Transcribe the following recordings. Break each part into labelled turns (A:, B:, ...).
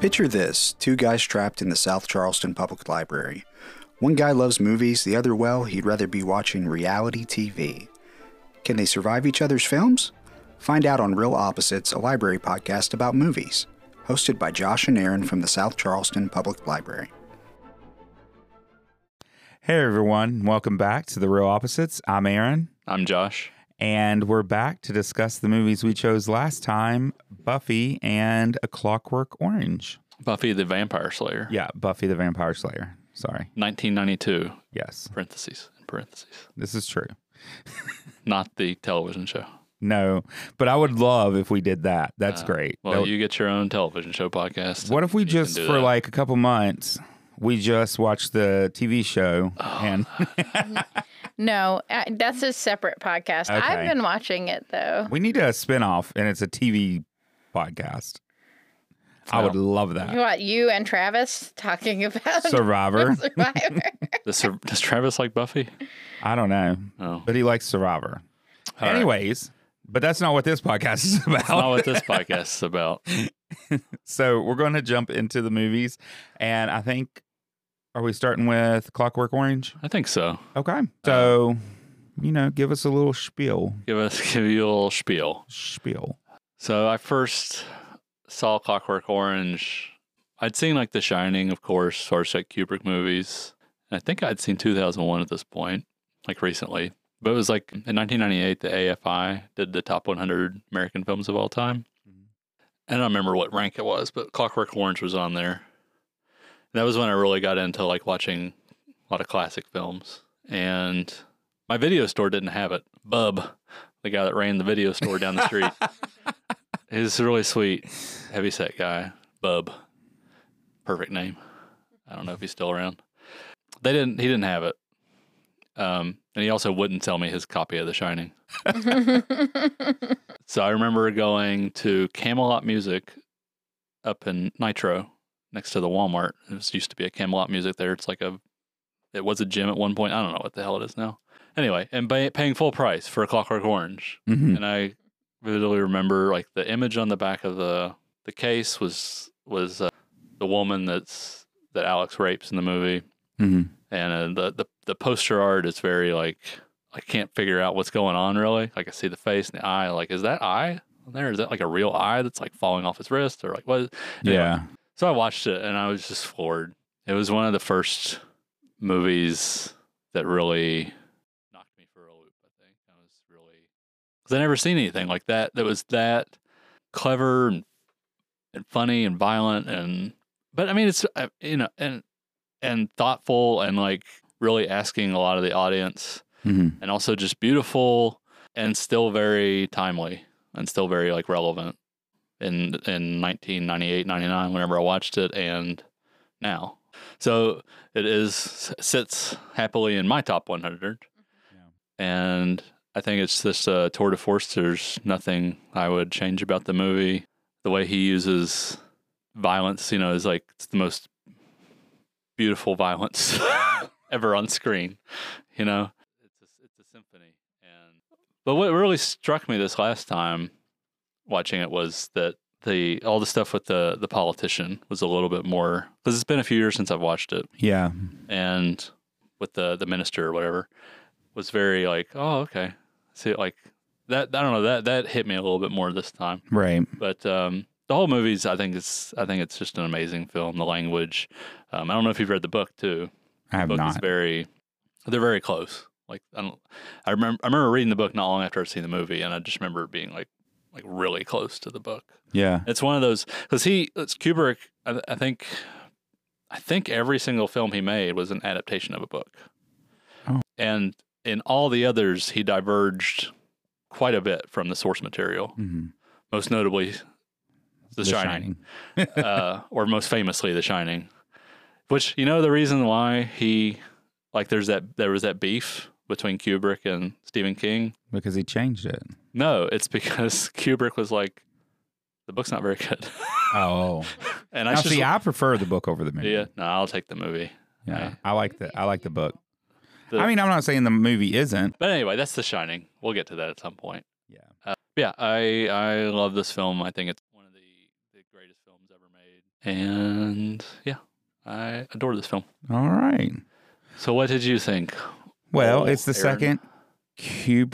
A: Picture this two guys trapped in the South Charleston Public Library. One guy loves movies, the other, well, he'd rather be watching reality TV. Can they survive each other's films? Find out on Real Opposites, a library podcast about movies, hosted by Josh and Aaron from the South Charleston Public Library.
B: Hey everyone, welcome back to The Real Opposites. I'm Aaron,
C: I'm Josh.
B: and we're back to discuss the movies we chose last time Buffy and A Clockwork Orange.
C: Buffy the Vampire Slayer.
B: Yeah, Buffy the Vampire Slayer. Sorry.
C: 1992,
B: Yes,
C: parentheses, in parentheses.
B: this is true.
C: Not the television show.
B: No, but I would love if we did that. That's great.
C: Uh, Well,
B: That-
C: you get your own television show podcast.
B: what if we
C: You can
B: just,
C: do
B: for
C: that.
B: like a couple months, we just watched the TV show
C: Oh.
B: and
D: No, uh, that's a separate podcast.
B: Okay.
D: I've been watching it though.
B: we need a spinoff and it's a TV podcast. I would love that.
D: What you and Travis talking about
B: Survivor.
D: Survivor?
C: Does, Sir- does Travis like Buffy?
B: I don't know,
C: No.
B: but he likes Survivor.
C: All right.
B: Anyways, but that's not what this podcast is
C: Not
B: about.
C: what this podcast is about.
B: so we're going to jump into the movies, and I think are we starting with Clockwork Orange?
C: I think so.
B: Okay, so you know, give us a little spiel,
C: Give us give you a little spiel.
B: spiel.
C: So I first saw Clockwork Orange. I'd seen like The Shining, of course, Starship Kubrick movies. And I think I'd seen 2001 at this point, like recently. But it was like in 1998, the AFI did the top 100 American films of all time.
B: Mhm.
C: And I don't remember what rank it was, but Clockwork Orange was on there. And that was when I really got into like watching a lot of classic films. And my video store didn't have it. Bub, the guy that ran the video store down the street, He's a really sweet, heavyset guy. Bub. Perfect name. I don't know if he's still around. They didn't he didn't have it. Um, and he also wouldn't sell me his copy of The Shining. So I remember going to Camelot Music up in Nitro next to the Walmart. It was, used to be a Camelot Music there. It's like a, it was a gym at one point. I don't know what the hell it is now. Anyway, and ba- paying full price for a Clockwork Orange
B: Mhm.
C: and I vividly remember like the image on the back of the the case was was uh, the woman that's that Alex rapes in the movie,
B: Mhm.
C: and uh, the, the the poster art is very like I can't figure out what's going on really. Like I see the face and the eye, like is that eye on there? Is that like a real eye that's like falling off his wrist or like what? Anyway,
B: Yeah,
C: so I watched it and I was just floored. It was one of the first movies that really knocked me for a loop. I think I was really because I never seen anything like that that was that clever and, and funny and violent and but I mean it's uh, you know and and thoughtful and like really asking a lot of the audience
B: Mhm.
C: and also just beautiful and still very timely and still very like relevant in in 1998 99 whenever i watched it and now so it is sits happily in my top 100 and i think it's just a tour de force there's nothing i would change about the movie the way he uses violence you know is like it's the most beautiful violence ever on screen you know it's a, it's a symphony and but what really struck me this last time watching it was that the all the stuff with the the politician was a little bit more because it's been a few years since i've watched it
B: yeah,
C: and with the the minister or whatever was very like oh okay see like that i don't know that that hit me a little bit more this time
B: right.
C: but um the whole movie's i think it's i think it's just an amazing film the language um, i don't know if you've read the book too
B: I have
C: book is
B: not.
C: very they're very close. Like I don't I remember I remember reading the book not long after I'd seen the movie and I just remember it being like like really close to the book.
B: Yeah,
C: It's one of those cuz he it's Kubrick I, I think I think every single film he made was an adaptation of a book.
B: Oh.
C: And in all the others he diverged quite a bit from the source material.
B: Mhm.
C: Most notably Mm-hmm. The, Shining uh, or most famously The Shining. Which you know the reason why he like there's that there was that beef between Kubrick and Stephen King.
B: because he changed it.
C: No, it's because Kubrick was like the book's not very good,
B: Oh,
C: and I
B: now,
C: just
B: see, I prefer the book over the movie.
C: yeah no I'll take the movie.
B: Yeah, I like the I like the book.
C: The-
B: I mean, I'm not saying the movie isn't.
C: But anyway, that's The Shining. We'll get to that at some point.
B: Yeah.
C: Uh, yeah, I I love this film. I think it's one of the, the greatest films ever made. And yeah, I adore this film.
B: All right.
C: So, what did you think?
B: Well,
C: Oh,
B: it's the
C: Aaron.
B: second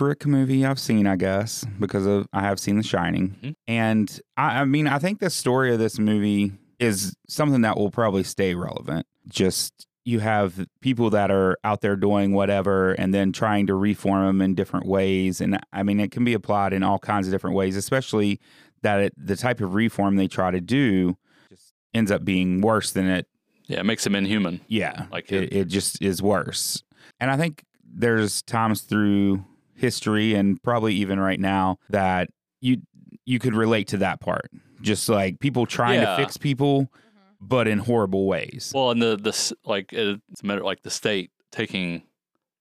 B: Kubrick movie I've seen, I guess, because of I have seen The Shining,
C: Mhm.
B: and I, I mean, I think the story of this movie is something that will probably stay relevant. Just you have people that are out there doing whatever, and then trying to reform them in different ways, and I mean, it can be applied in all kinds of different ways, especially that it, the type of reform they try to do just ends up being worse than it
C: Yeah, it makes him inhuman.
B: yeah.
C: Like
B: it, it just is worse. And I think there's times through history and probably even right now that you you could relate to that part. Just like people trying
C: Yeah.
B: to fix people but in horrible ways.
C: Well, and the the s- like uh, it's a matter like the state taking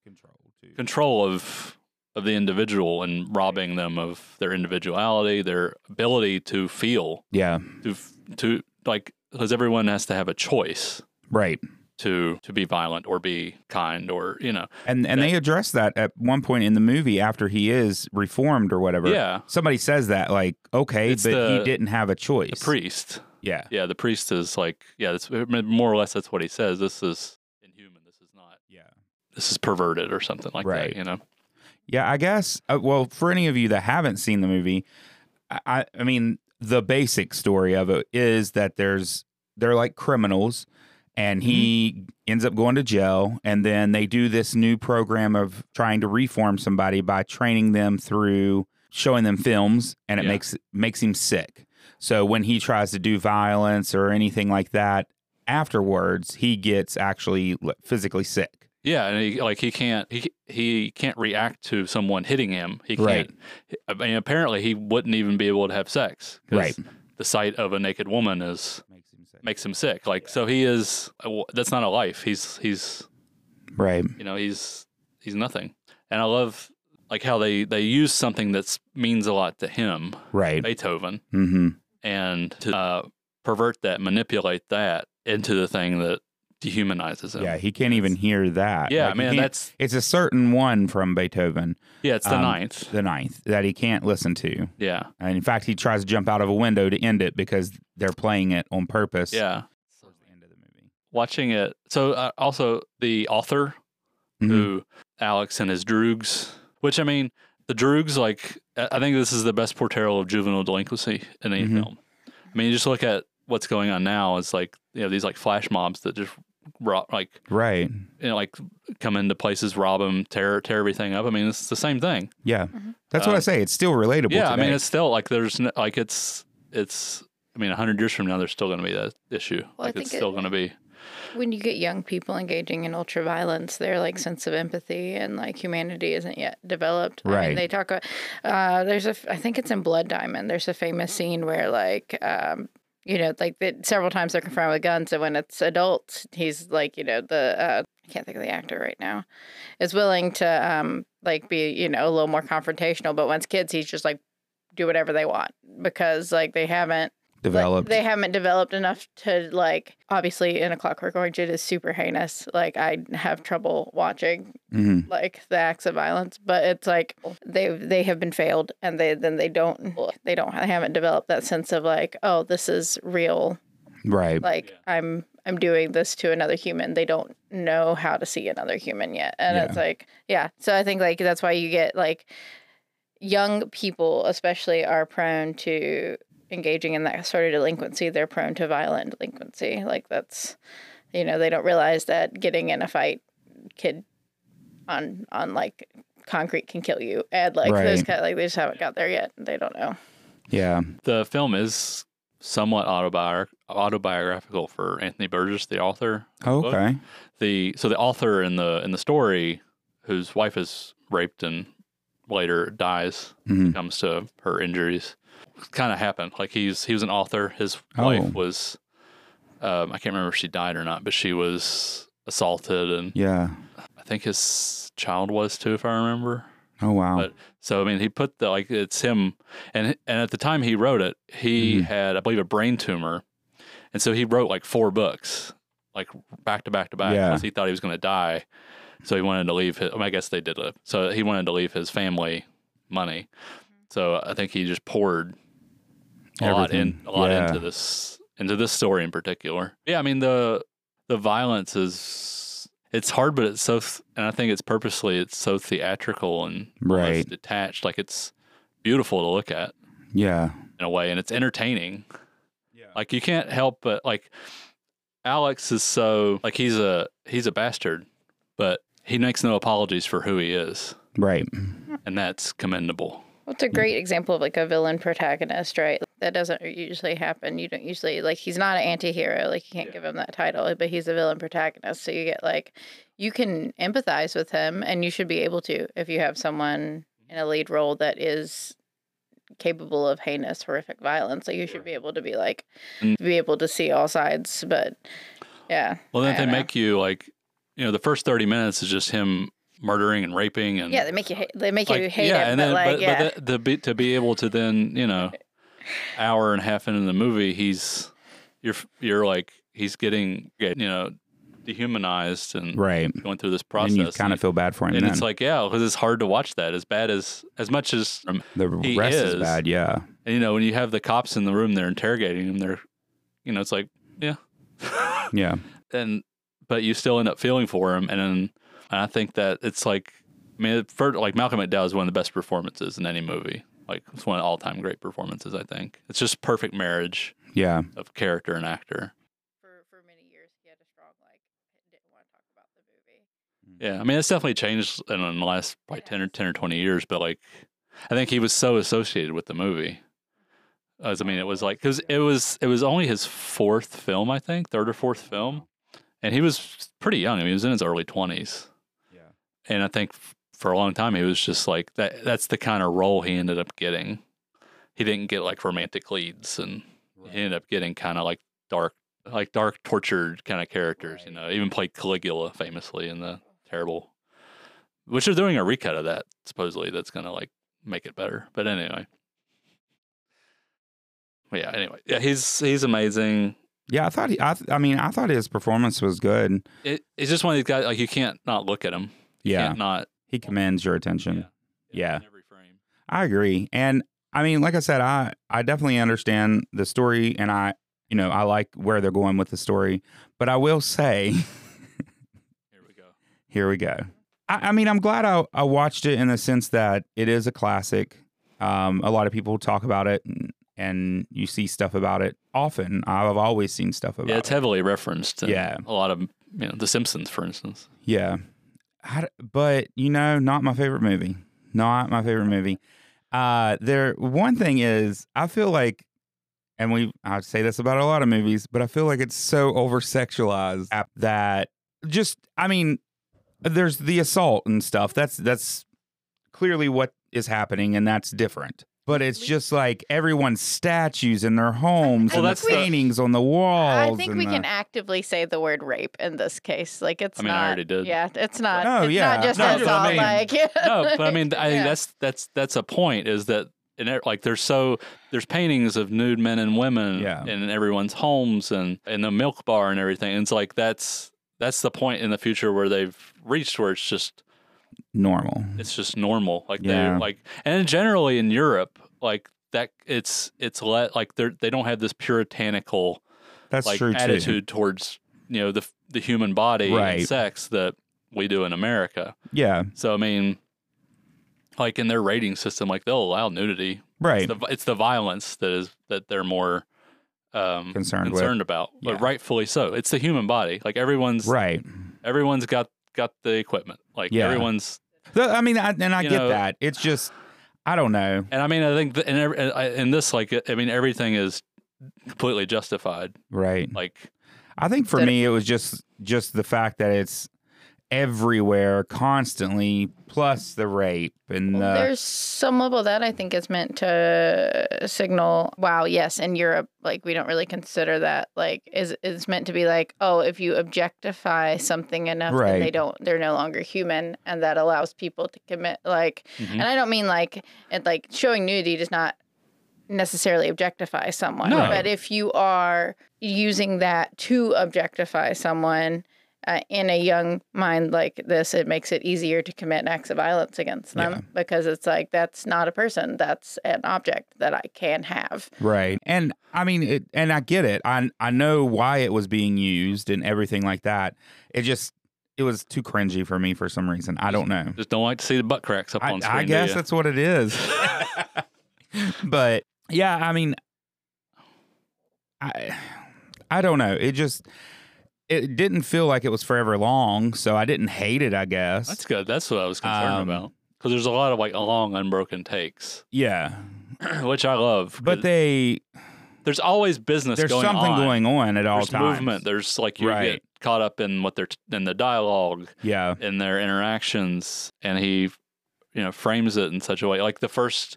B: Control too.
C: control of of the individual and robbing them of their individuality, their ability to feel,
B: Yeah,
C: to f- to like because everyone has to have a choice
B: right.
C: to to be violent or be kind or you know
B: And and
C: That-
B: they address that at one point in the movie after he is reformed or whatever.
C: yeah
B: Somebody says that like, okay,
C: It's
B: but
C: the-
B: he didn't have a choice.
C: the priest
B: yeah.
C: yeah the priest is like yeah that's more or less that's what he says this is inhuman this is not
B: Yeah.
C: this is perverted or something like
B: Right.
C: that you know
B: Yeah, I guess. Uh, well, for any of you that haven't seen the movie, I- I, I mean, the basic story of it is that there's they're like criminals, and he ends up going to jail, and then they do this new program of trying to reform somebody by training them through showing them films, and it
C: Yeah.
B: makes makes him sick. So when he tries to do violence or anything like that afterwards, he gets actually like, physically sick.
C: yeah and he like he can't he he can't react to someone hitting him he can't
B: Right.
C: I mean, apparently he wouldn't even be able to have sex 'cause
B: Right.
C: the sight of a naked woman is
B: Makes him sick.
C: makes him sick like so he is uh, that's not a life he's he's
B: Right.
C: you know he's he's nothing and i love like how they they use something that's means a lot to him
B: Right.
C: beethoven
B: Mm-hmm.
C: and to uh, pervert that manipulate that into the thing that dehumanizes him
B: Yeah, he can't even hear that.
C: yeah
B: Like,
C: I
B: he
C: man
B: can't-
C: that's
B: it's a certain one from Beethoven,
C: yeah it's the
B: um,
C: ninth
B: the ninth, that he can't listen to.
C: yeah
B: And in fact, he tries to jump out of a window to end it because they're playing it on purpose.
C: yeah
B: Towards the end of the movie.
C: watching it so uh, also the author
B: Mm-hmm.
C: who Alex and his droogs, which I mean, the droogs, like, I I think this is the best portrayal of juvenile delinquency in any
B: Mhm.
C: film. I mean, you just look at what's going on now. It's like, you know, these like flash mobs that just rob, like,
B: Right.
C: you know, like come into places, rob them, tear, tear everything up. I mean, it's the same thing.
B: Yeah.
D: Mhm.
B: That's what I
C: Um,
B: say. It's still relatable.
C: yeah. I
B: today.
C: mean, it's still like there's, no, like, it's, it's, I mean, 100 years from now, there's still going to be that issue.
D: Well, I
C: like, it's
D: think it-
C: still going to be.
D: When you get young people engaging in ultraviolence, their like sense of empathy and like humanity isn't yet developed. I mean,
B: Right.
D: they talk. about- Uh, there's a. f- I think it's in Blood Diamond. There's a famous scene where like. Um, you know, like that several times they're confronted with guns, and when it's adults, he's like, you know, the uh, I can't think of the actor right now, is willing to um like be you know a little more confrontational, but once kids, he's just like do whatever they want because like they haven't like,
B: developed.
D: they haven't developed enough to like. Obviously, in a Clockwork Orange, it is super heinous. Like I have trouble watching
B: Mhm.
D: like the acts of violence, but it's like they they have been failed, and they then they don't they don't they haven't developed that sense of like oh this is real.
B: Right.
D: Like I'm I'm doing this to another human. They don't know how to see another human yet, and
B: Yeah.
D: it's like yeah. So I think like that's why you get like young people especially are prone to engaging in that sort of delinquency they're prone to violent delinquency like that's you know they don't realize that getting in a fight kid on on like concrete can kill you and like those
B: Right.
D: kind like they just haven't got there yet they don't know
B: yeah.
C: the film is somewhat autobiog- autobiographical for Anthony Burgess, the author.
B: Okay.
C: The so the author in the in the story, whose wife is raped and later dies,
B: Mhm.
C: comes to her injuries. Kind of happened. Like he's he was an author. His
B: Oh.
C: wife was, um, I can't remember if she died or not, but she was assaulted, and
B: Yeah.
C: I think his child was too, if I remember.
B: Oh wow.
C: But- So I mean, he put the like it's him, and and at the time he wrote it, he
B: Mhm.
C: had I believe a brain tumor, and so he wrote like four books, like back to back to back,
B: Yeah.
C: because he thought he was going to die, so he wanted to leave. His, I, mean, I guess they did live, so he wanted to leave his family money. So I think he just poured a lot in
B: Everything.
C: a lot
B: Yeah.
C: into this into this story in particular. Yeah, I mean the the violence is it's hard, but it's so th- and I think it's purposely it's so theatrical and almost
B: Right.
C: detached. Like it's beautiful to look at
B: Yeah.
C: in a way, and it's entertaining.
B: Yeah.
C: Like you can't help but like Alex is so like he's a he's a bastard, but he makes no apologies for who he is,
B: Right.
C: and that's commendable.
D: Well, it's a great example of like a villain protagonist, right? That doesn't usually happen. You don't usually like he's not an anti-hero, like you can't give him that title, but he's a villain protagonist. So you get like you can empathize with him and you should be able to if you have someone in a lead role that is capable of heinous horrific violence. Like you should be able to be like
C: Mm.
D: be able to see all sides, but yeah.
C: Well, then
D: I
C: they
D: don't know.
C: make you like, you know, the first thirty minutes is just him murdering and raping and
D: Yeah, they make you hate they make you
C: like,
D: hate him,
C: and
D: but
C: then
D: like
C: but,
D: yeah.
C: but the, the be, to be able to then you know, hour and a half into the movie, he's you're you're like he's getting you know dehumanized and
B: Right.
C: going through this
B: And
C: process.
B: you kind of feel bad for him.
C: and
B: then.
C: it's like yeah, because it's hard to watch that as bad as as much as um,
B: the
C: he
B: rest is.
C: is.
B: bad. Yeah.
C: you know when you have the cops in the room, they're interrogating him. They're you know it's like yeah.
B: Yeah.
C: and but you still end up feeling for him and then and I think that it's like I mean it- for, like Malcolm McDowell is one of the best performances in any movie. Like it's one of the all time great performances, I think. It's just perfect marriage
B: Yeah.
C: of character and actor.
D: for, for many years he had a strong like didn't want to talk about the movie.
C: Yeah. I mean it's definitely changed in in the last probably 10 or 10 or 20 years, but like I think he was so associated with the movie. As I mean it was like cuz it was it was only his fourth film, I think, third or fourth film. And he was pretty young. I mean he was in his early 20s.
B: Yeah.
C: and I think f- for a long time he was just like that. That's the kind of role he ended up getting. He didn't get like romantic leads, and he ended up getting kind of like dark, like dark, tortured kind of characters. You know, even played Caligula famously in the terrible, which they're doing a recut of that supposedly. That's gonna like make it better. But anyway, but yeah. Anyway, yeah, he's he's amazing.
B: Yeah. I thought. He, I. Th- I mean, I thought his performance was good.
C: It, it's just one of these guys like you can't not look at him. You
B: Yeah.
C: can't not
B: He commands your attention. Yeah.
C: in every frame.
B: I agree. And I mean, like I said, I I definitely understand the story and I, you know, I like where they're going with the story, but I will say,
C: Here we go.
B: here we go. I, I mean, I'm glad I, I watched it in the sense that it is a classic. Um, a lot of people talk about it and, and you see stuff about it often. I've always seen stuff about
C: Yeah, it's
B: it.
C: heavily referenced. in
B: Yeah.
C: a lot of you know The Simpsons, for instance.
B: Yeah. I d but, you know, not my favorite movie. Not my favorite movie. Uh, there, one thing is, I feel like, and we, I say this about a lot of movies, but I feel like it's so over sexualized that just, I mean, there's the assault and stuff. That's, that's clearly what is happening, and that's different. But it's just like everyone's statues in their homes
C: Well,
B: and
C: that's
B: the
C: the-
B: paintings on the walls.
D: I think
B: and
D: we
B: the-
D: can actively say the word rape in this case. Like it's
C: I mean, I
D: not.
C: already did.
D: Yeah, it's not.
B: No,
D: it's
B: yeah.
D: not just
C: No,
D: us
C: that's what
D: all.
C: I mean.
D: Like
C: No, but I mean, I
D: Yeah.
C: think that's that's that's a point. Is that and it- like there's so there's paintings of nude men and women
B: Yeah.
C: in everyone's homes and in the milk bar and everything. And it's like that's that's the point in the future where they've reached where it's just
B: normal.
C: it's just normal. Like
B: Yeah.
C: they like and generally in Europe, like that it's it's let like they they don't have this puritanical
B: That's
C: like
B: true too.
C: attitude towards you know the the human body
B: Right.
C: and sex that we do in America.
B: Yeah.
C: So I mean, like in their rating system, like they'll allow nudity.
B: Right.
C: It's the, it's the violence that is that they're more um,
B: Concerned with.
C: about,
B: Yeah.
C: but rightfully so. It's the human body. Like everyone's
B: Right.
C: everyone's got got the equipment. Like
B: Yeah.
C: everyone's
B: Th- I mean, I, and I
C: You
B: get
C: know-
B: that. It's just, I don't know.
C: and I mean I think that in every, I- in this like I mean everything is completely justified.
B: Right.
C: Like
B: I think for
D: That-
B: me, it was just just the fact that it's everywhere constantly, plus the rape and
C: uh,
D: Well,
B: the
D: There's some level that I think is meant to signal, wow, yes, in Europe, like we don't really consider that. Like, is it's meant to be like, oh, if you objectify something enough, then they
B: Right.
D: don't, they're no longer human, and that allows people to commit like,
C: Mhm.
D: and I don't mean like, it like showing nudity does not necessarily objectify someone,
C: No.
D: but if you are using that to objectify someone. uh, in a young mind like this, it makes it easier to commit acts of violence against them
B: Yeah.
D: because it's like that's not a person, that's an object that I can have.
B: Right. And I mean it and I get it. I I know why it was being used and everything like that. It just it was too cringy for me for some reason. I don't know.
C: Just don't like to see the butt cracks up
B: I,
C: on screen.
B: I
C: do
B: guess
C: ya?
B: that's what it is. but yeah, I mean, I I don't know. It just it didn't feel like it was forever long, so I didn't hate it. I guess.
C: That's good. That's what I was concerned
B: Um,
C: about. Because there's a lot of like long unbroken takes,
B: yeah,
C: which I love.
B: but
C: 'cause
B: they
C: there's always business.
B: there's
C: going
B: something
C: on.
B: going on at all
C: There's
B: times.
C: movement. There's like you
B: Right.
C: get caught up in what they're t- in the dialogue,
B: yeah,
C: in their interactions, and he, you know, frames it in such a way. Like the first,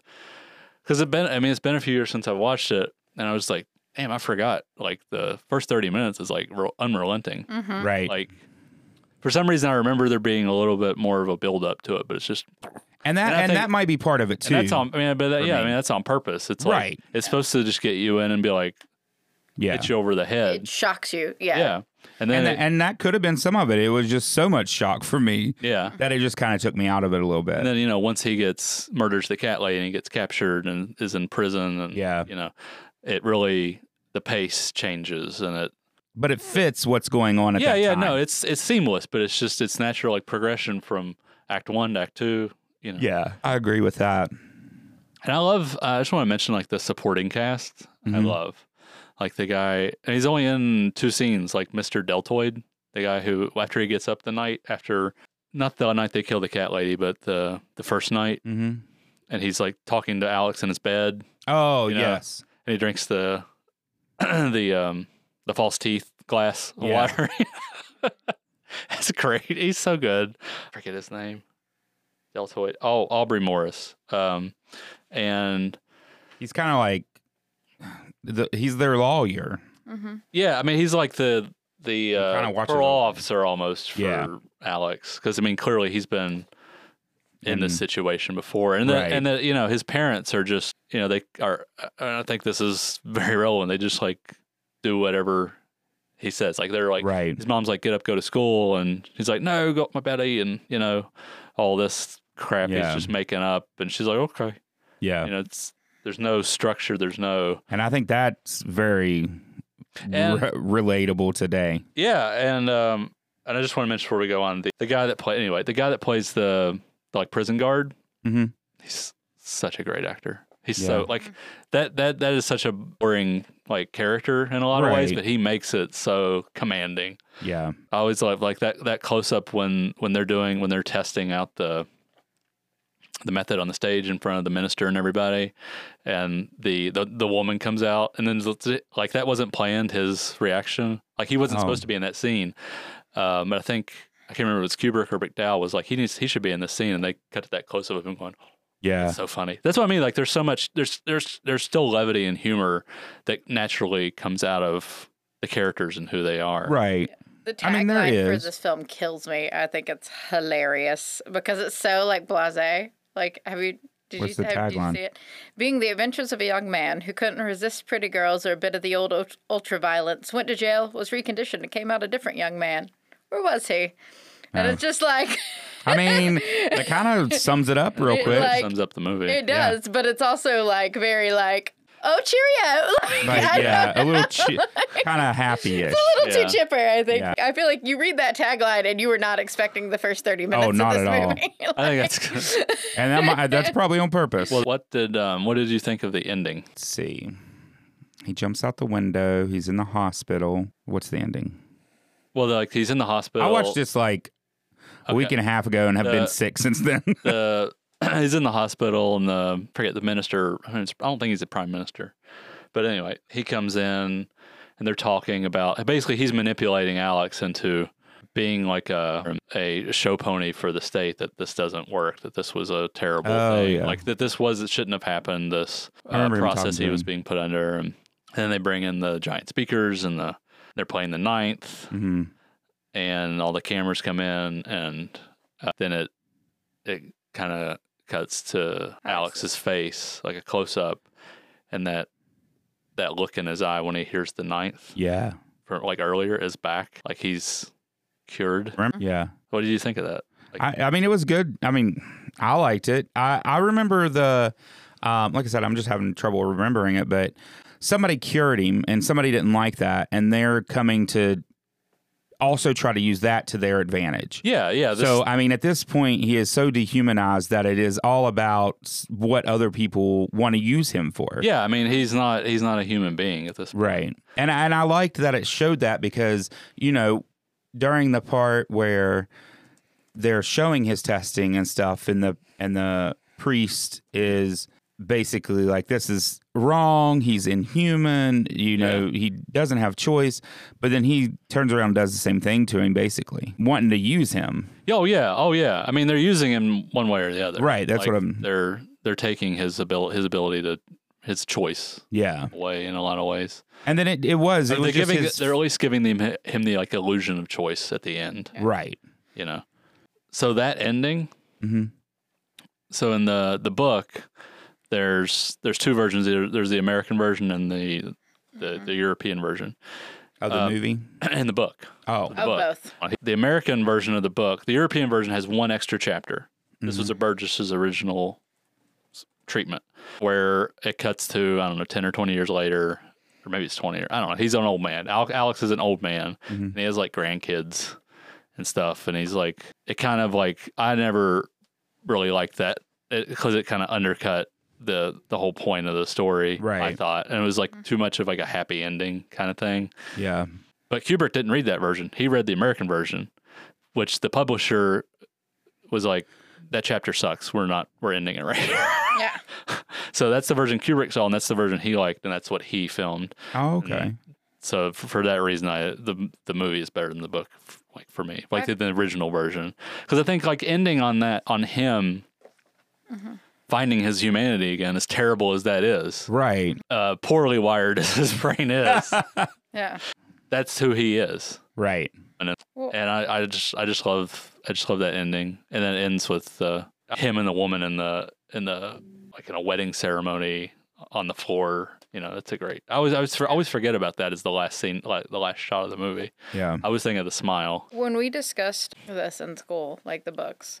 C: because it been. I mean, it's been a few years since I've watched it, and I was like, damn, I forgot. Like the first thirty minutes is like re- unrelenting.
D: Mm-hmm.
B: right.
C: Like for some reason, I remember there being a little bit more of a build up to it, but it's just
B: and that
C: and
B: and,
C: I think-
B: that might be part of it too.
C: And that's on. I mean, but that,
B: for
C: yeah, I
B: me.
C: mean that's on purpose. It's like
B: Right.
C: it's supposed to just get you in and be like
B: yeah.
C: hit you over the head.
D: It shocks you.
C: yeah.
D: Yeah.
C: and then
B: and, that,
C: it-
B: and that could have been some of it. It was just so much shock for me
C: yeah,
B: that it just kind of took me out of it a little bit.
C: and then you know once he gets murders the cat lady and he gets captured and is in prison and
B: Yeah.
C: you know it really the pace changes and it
B: but it fits what's going on at
C: yeah
B: that
C: yeah
B: time.
C: no it's it's seamless but it's just it's natural like progression from act one to act two you know
B: Yeah, I agree with that.
C: And I love. Uh, I just want to mention like the supporting cast. I
B: Mhm.
C: love, like the guy, and he's only in two scenes. Like Mister Deltoid, the guy who after he gets up the night after, not the night they kill the cat lady, but the the first night,
B: Mm-hmm.
C: and he's like talking to Alex in his bed,
B: Oh
C: You know,
B: yes,
C: and he drinks the the um the false teeth glass of
B: Yeah.
C: water. That's great. He's so good. I forget his name. Deltoid. Oh, Aubrey Morris. Um, and
B: he's kind of like the, he's their lawyer.
D: Mm-hmm.
C: Yeah, I mean he's like the the
B: He
C: uh,
B: kinda watches
C: parole
B: over
C: officer almost for
B: Yeah.
C: Alex because I mean clearly he's been in this
B: Mhm.
C: situation before, and the,
B: Right.
C: and the, you know his parents are just you know they are. uh, And I think this is very relevant. They just like do whatever he says. Like they're like
B: right.
C: his mom's like get up, go to school, and he's like no, got my buddy, and you know all this crap
B: Yeah.
C: he's just making up, and she's like okay,
B: Yeah.
C: you know it's there's no structure, there's no
B: And I think that's very
C: And-
B: re- relatable today.
C: Yeah, and um, and I just want to mention before we go on the, the guy that play anyway the guy that plays the, the, like prison guard.
B: Mhm.
C: He's such a great actor. He's
B: Yeah.
C: so like that that that is such a boring like character in a lot of ways,
B: Right.
C: but he makes it so commanding.
B: Yeah.
C: I always love like that that close up when when they're doing when they're testing out the the method on the stage in front of the minister and everybody, and the the, the woman comes out and then it's- like that wasn't planned. His reaction, like he wasn't
B: Oh.
C: supposed to be in that scene, um, but I think I can't remember if it was Kubrick or McDowell was like he needs he should be in this scene, and they cut to that close up of him going,
B: Yeah.
C: "That's so funny." That's what I mean. Like there's so much there's there's there's still levity and humor that naturally comes out of the characters and who they are.
B: Right.
D: The
B: I mean, there
D: tagline for
B: is.
D: this film kills me. I think it's hilarious because it's so like blase. Like, have you? Did
B: What's
D: you,
B: the
D: have, did
B: tagline?
D: you see it? Being the adventures of a young man who couldn't resist pretty girls or a bit of the old ult- ultraviolence, went to jail, was reconditioned, and came out a different young man. Where was he? And
B: Oh.
D: it's just like
B: I mean, that kind of sums it up real
D: It,
B: quick.
D: like-
C: sums up the movie.
D: it
B: Yeah.
D: does, but it's also like very like oh cheerio. Like, I
B: Like,
D: don't
B: yeah, a little chi- kind of happy-ish.
D: a little
C: Yeah.
D: too chipper, I think.
B: Yeah.
D: I feel like you read that tagline and you were not expecting the first 30 minutes
B: Oh, not
D: of this
B: at all.
D: movie.
C: I think that's good.
B: And that might, that's probably on purpose.
C: well. What did um, what did you think of the ending?
B: Let's see. He jumps out the window. He's in the hospital. What's the ending?
C: Well, like he's in the hospital.
B: I watched this like a week
C: Okay.
B: and a half ago and have
C: The-
B: been sick since then.
C: The, he's in the hospital, and the forget the minister. I don't I don't think he's the prime minister, but anyway, he comes in, and they're talking about basically he's manipulating Alex into being like a a show pony for the state that this doesn't work, that this was a terrible
B: Oh,
C: thing,
B: yeah.
C: like that this was it shouldn't have happened. This
B: I
C: uh,
B: remember him
C: process
B: talking to
C: he was
B: him.
C: being put under, and, then they bring in the giant speakers and the. They're playing the ninth,
B: hmm
C: and all the cameras come in, and uh, then it it kind of cuts to Alex's face, like a close up, and that that look in his eye when he hears the ninth
B: Yeah.
C: from like earlier is back, like he's cured.
B: Yeah.
C: What did you think of that?
B: I, I mean, it was good. I mean, I liked it. I, I remember the, um, like I said, I'm just having trouble remembering it, but somebody cured him and somebody didn't like that. And they're coming to also try to use that to their advantage.
C: Yeah, yeah. This,
B: so, I mean, at this point, he is so dehumanized that it is all about s- what other people want to use him for.
C: yeah. I mean, he's not he's not a human being at this. point.
B: Right. And and I liked that it showed that because, you know, during the part where they're showing his testing and stuff and the and the priest is basically like this is wrong, he's inhuman, you know, he doesn't have choice, but then he turns around and does the same thing to him basically, wanting to use him.
C: Oh yeah. Oh yeah. I mean, they're using him one way or the other.
B: Right, that's what I'm-
C: They're they're taking his ability his ability to his choice
B: Yeah.
C: away in a lot of ways.
B: And then it, it was it
C: They're
B: was just
C: giving
B: his-
C: they're at least giving him him the like illusion of choice at the end.
B: right.
C: you know. So that ending.
B: Mhm.
C: So in the the book, there's there's two versions. There- There's the American version and the the, the European version.
B: Of the
C: Um,
B: movie.
C: in the book,
B: Oh.
C: But-
D: Oh, both.
C: the American version of the book, the European version has one extra chapter. This was a Burgess's original s- treatment, where it cuts to I don't know ten or twenty years later, or maybe it's twenty. Or, I don't know. He's an old man. Al- Alex is an old man, and he has like grandkids and stuff. And he's like, it kind of like I never really liked that because it, kind of undercut the the whole point of the story. I
B: Right.
C: thought, and it was like too much of like a happy ending kind of thing.
B: Mm-hmm. Yeah.
C: But Kubrick didn't read that version. He read the American version, which the publisher was like, "That chapter sucks. We're not. We're ending it right here."
D: Yeah.
C: so that's the version Kubrick saw, and that's the version he liked, and that's what he filmed.
B: Oh, okay.
C: So for, for that reason, I the the movie is better than the book, f- like for me, like the, the original version, because I think like ending on that on him. Finding his humanity again, as terrible as that is,
B: Right.
C: uh, poorly wired as his brain is,
D: Yeah.
C: that's who he is.
B: Right.
C: and I, I just I just love I just love that ending, and then it ends with uh, him and the woman in the in the like in a wedding ceremony on the floor. You know, that's a great. I always I always, for, always forget about that as the last scene, like the last shot of the movie.
B: Yeah.
C: I was thinking of the smile.
D: When we discussed this in school, like the books,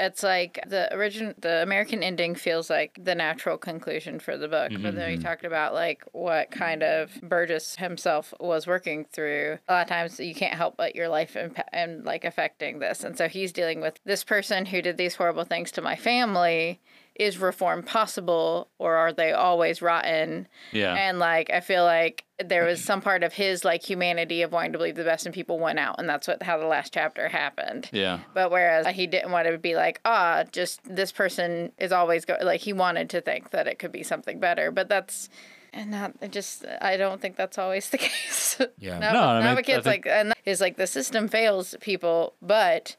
D: it's like the origin, the American ending feels like the natural conclusion for the book. But then we talked about like what kind of Burgess himself was working through. A lot of times you can't help but your life impa- and like affecting this, and so he's dealing with this person who did these horrible things to my family. Is reform possible, or are they always rotten?
C: Yeah,
D: And like I feel like there was some part of his like humanity of wanting to believe the best in people went out, and that's what how the last chapter happened.
C: yeah,
D: But whereas he didn't want to be like, ah, just this person is always go like he wanted to think that it could be something better, but that's and not it just I don't think that's always the case.
B: Yeah.
D: not,
C: No,
D: with,
C: I
D: not
C: mean,
D: with
C: I
D: kids
C: think-
D: like and is like the system fails people, but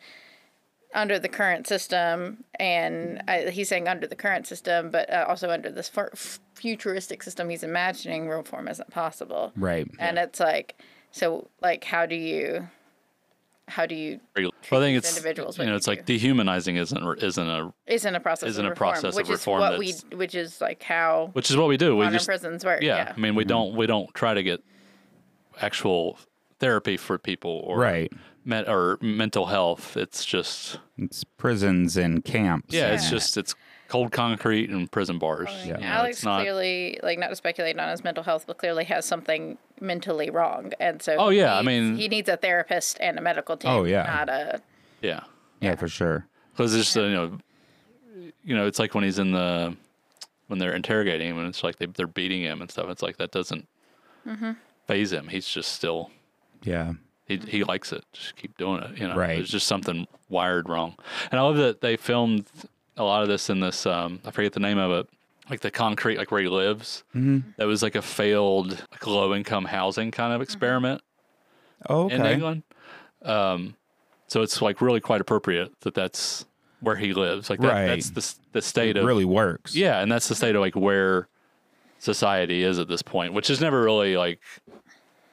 D: under the current system, and I, he's saying under the current system, but uh, also under this fu- futuristic system he's imagining, reform isn't possible.
B: Right.
D: And it's like, so like, how do you, how do you
C: Well, I think it's
D: individuals
C: you
D: what
C: know
D: you
C: it's like dehumanizing isn't isn't a
D: isn't a process
C: Isn't a
D: of reform,
C: process of
D: which
C: reform
D: is what we
C: that's-
D: which is like how
C: which is what we do. We
D: modern
C: just
D: prisons work.
C: yeah,
D: Yeah,
C: I mean we don't we don't try to get actual therapy for people or
B: Right.
C: met, or mental health. It's just
B: It's prisons and camps.
C: Yeah, it's
B: and-
C: just it's cold concrete and prison bars.
D: I
C: You
D: mean,
C: know,
D: Alex
C: it's not-
D: clearly, like, not to speculate on his mental health, but clearly has something mentally wrong, and so
C: Oh,
D: he
C: yeah, I
D: needs-
C: mean-
D: he needs a therapist and a medical team.
B: Oh, yeah.
D: not a
C: yeah,
B: yeah, for sure.
C: because it's just uh, you know, you know, it's like when he's in the when they're interrogating him and it's like they they're beating him and stuff. It's like that doesn't
D: Mm-hmm.
C: phase him. He's just still
B: Yeah,
C: he he
D: Mm-hmm.
C: likes it. Just keep doing it. You know,
B: Right.
C: There's just something wired wrong. And I love that they filmed a lot of this in this. Um, I forget the name of it. Like the concrete, like where he lives. Mm-hmm. That was like a failed, like low income housing kind
D: Mm-hmm.
C: of experiment.
B: Oh, okay.
C: in England. Um, so it's like really quite appropriate that that's where he lives. Like that,
B: Right.
C: that's the s- the state
B: It
C: of
B: really works.
C: yeah, and that's the state of like where society is at this point, which is never really like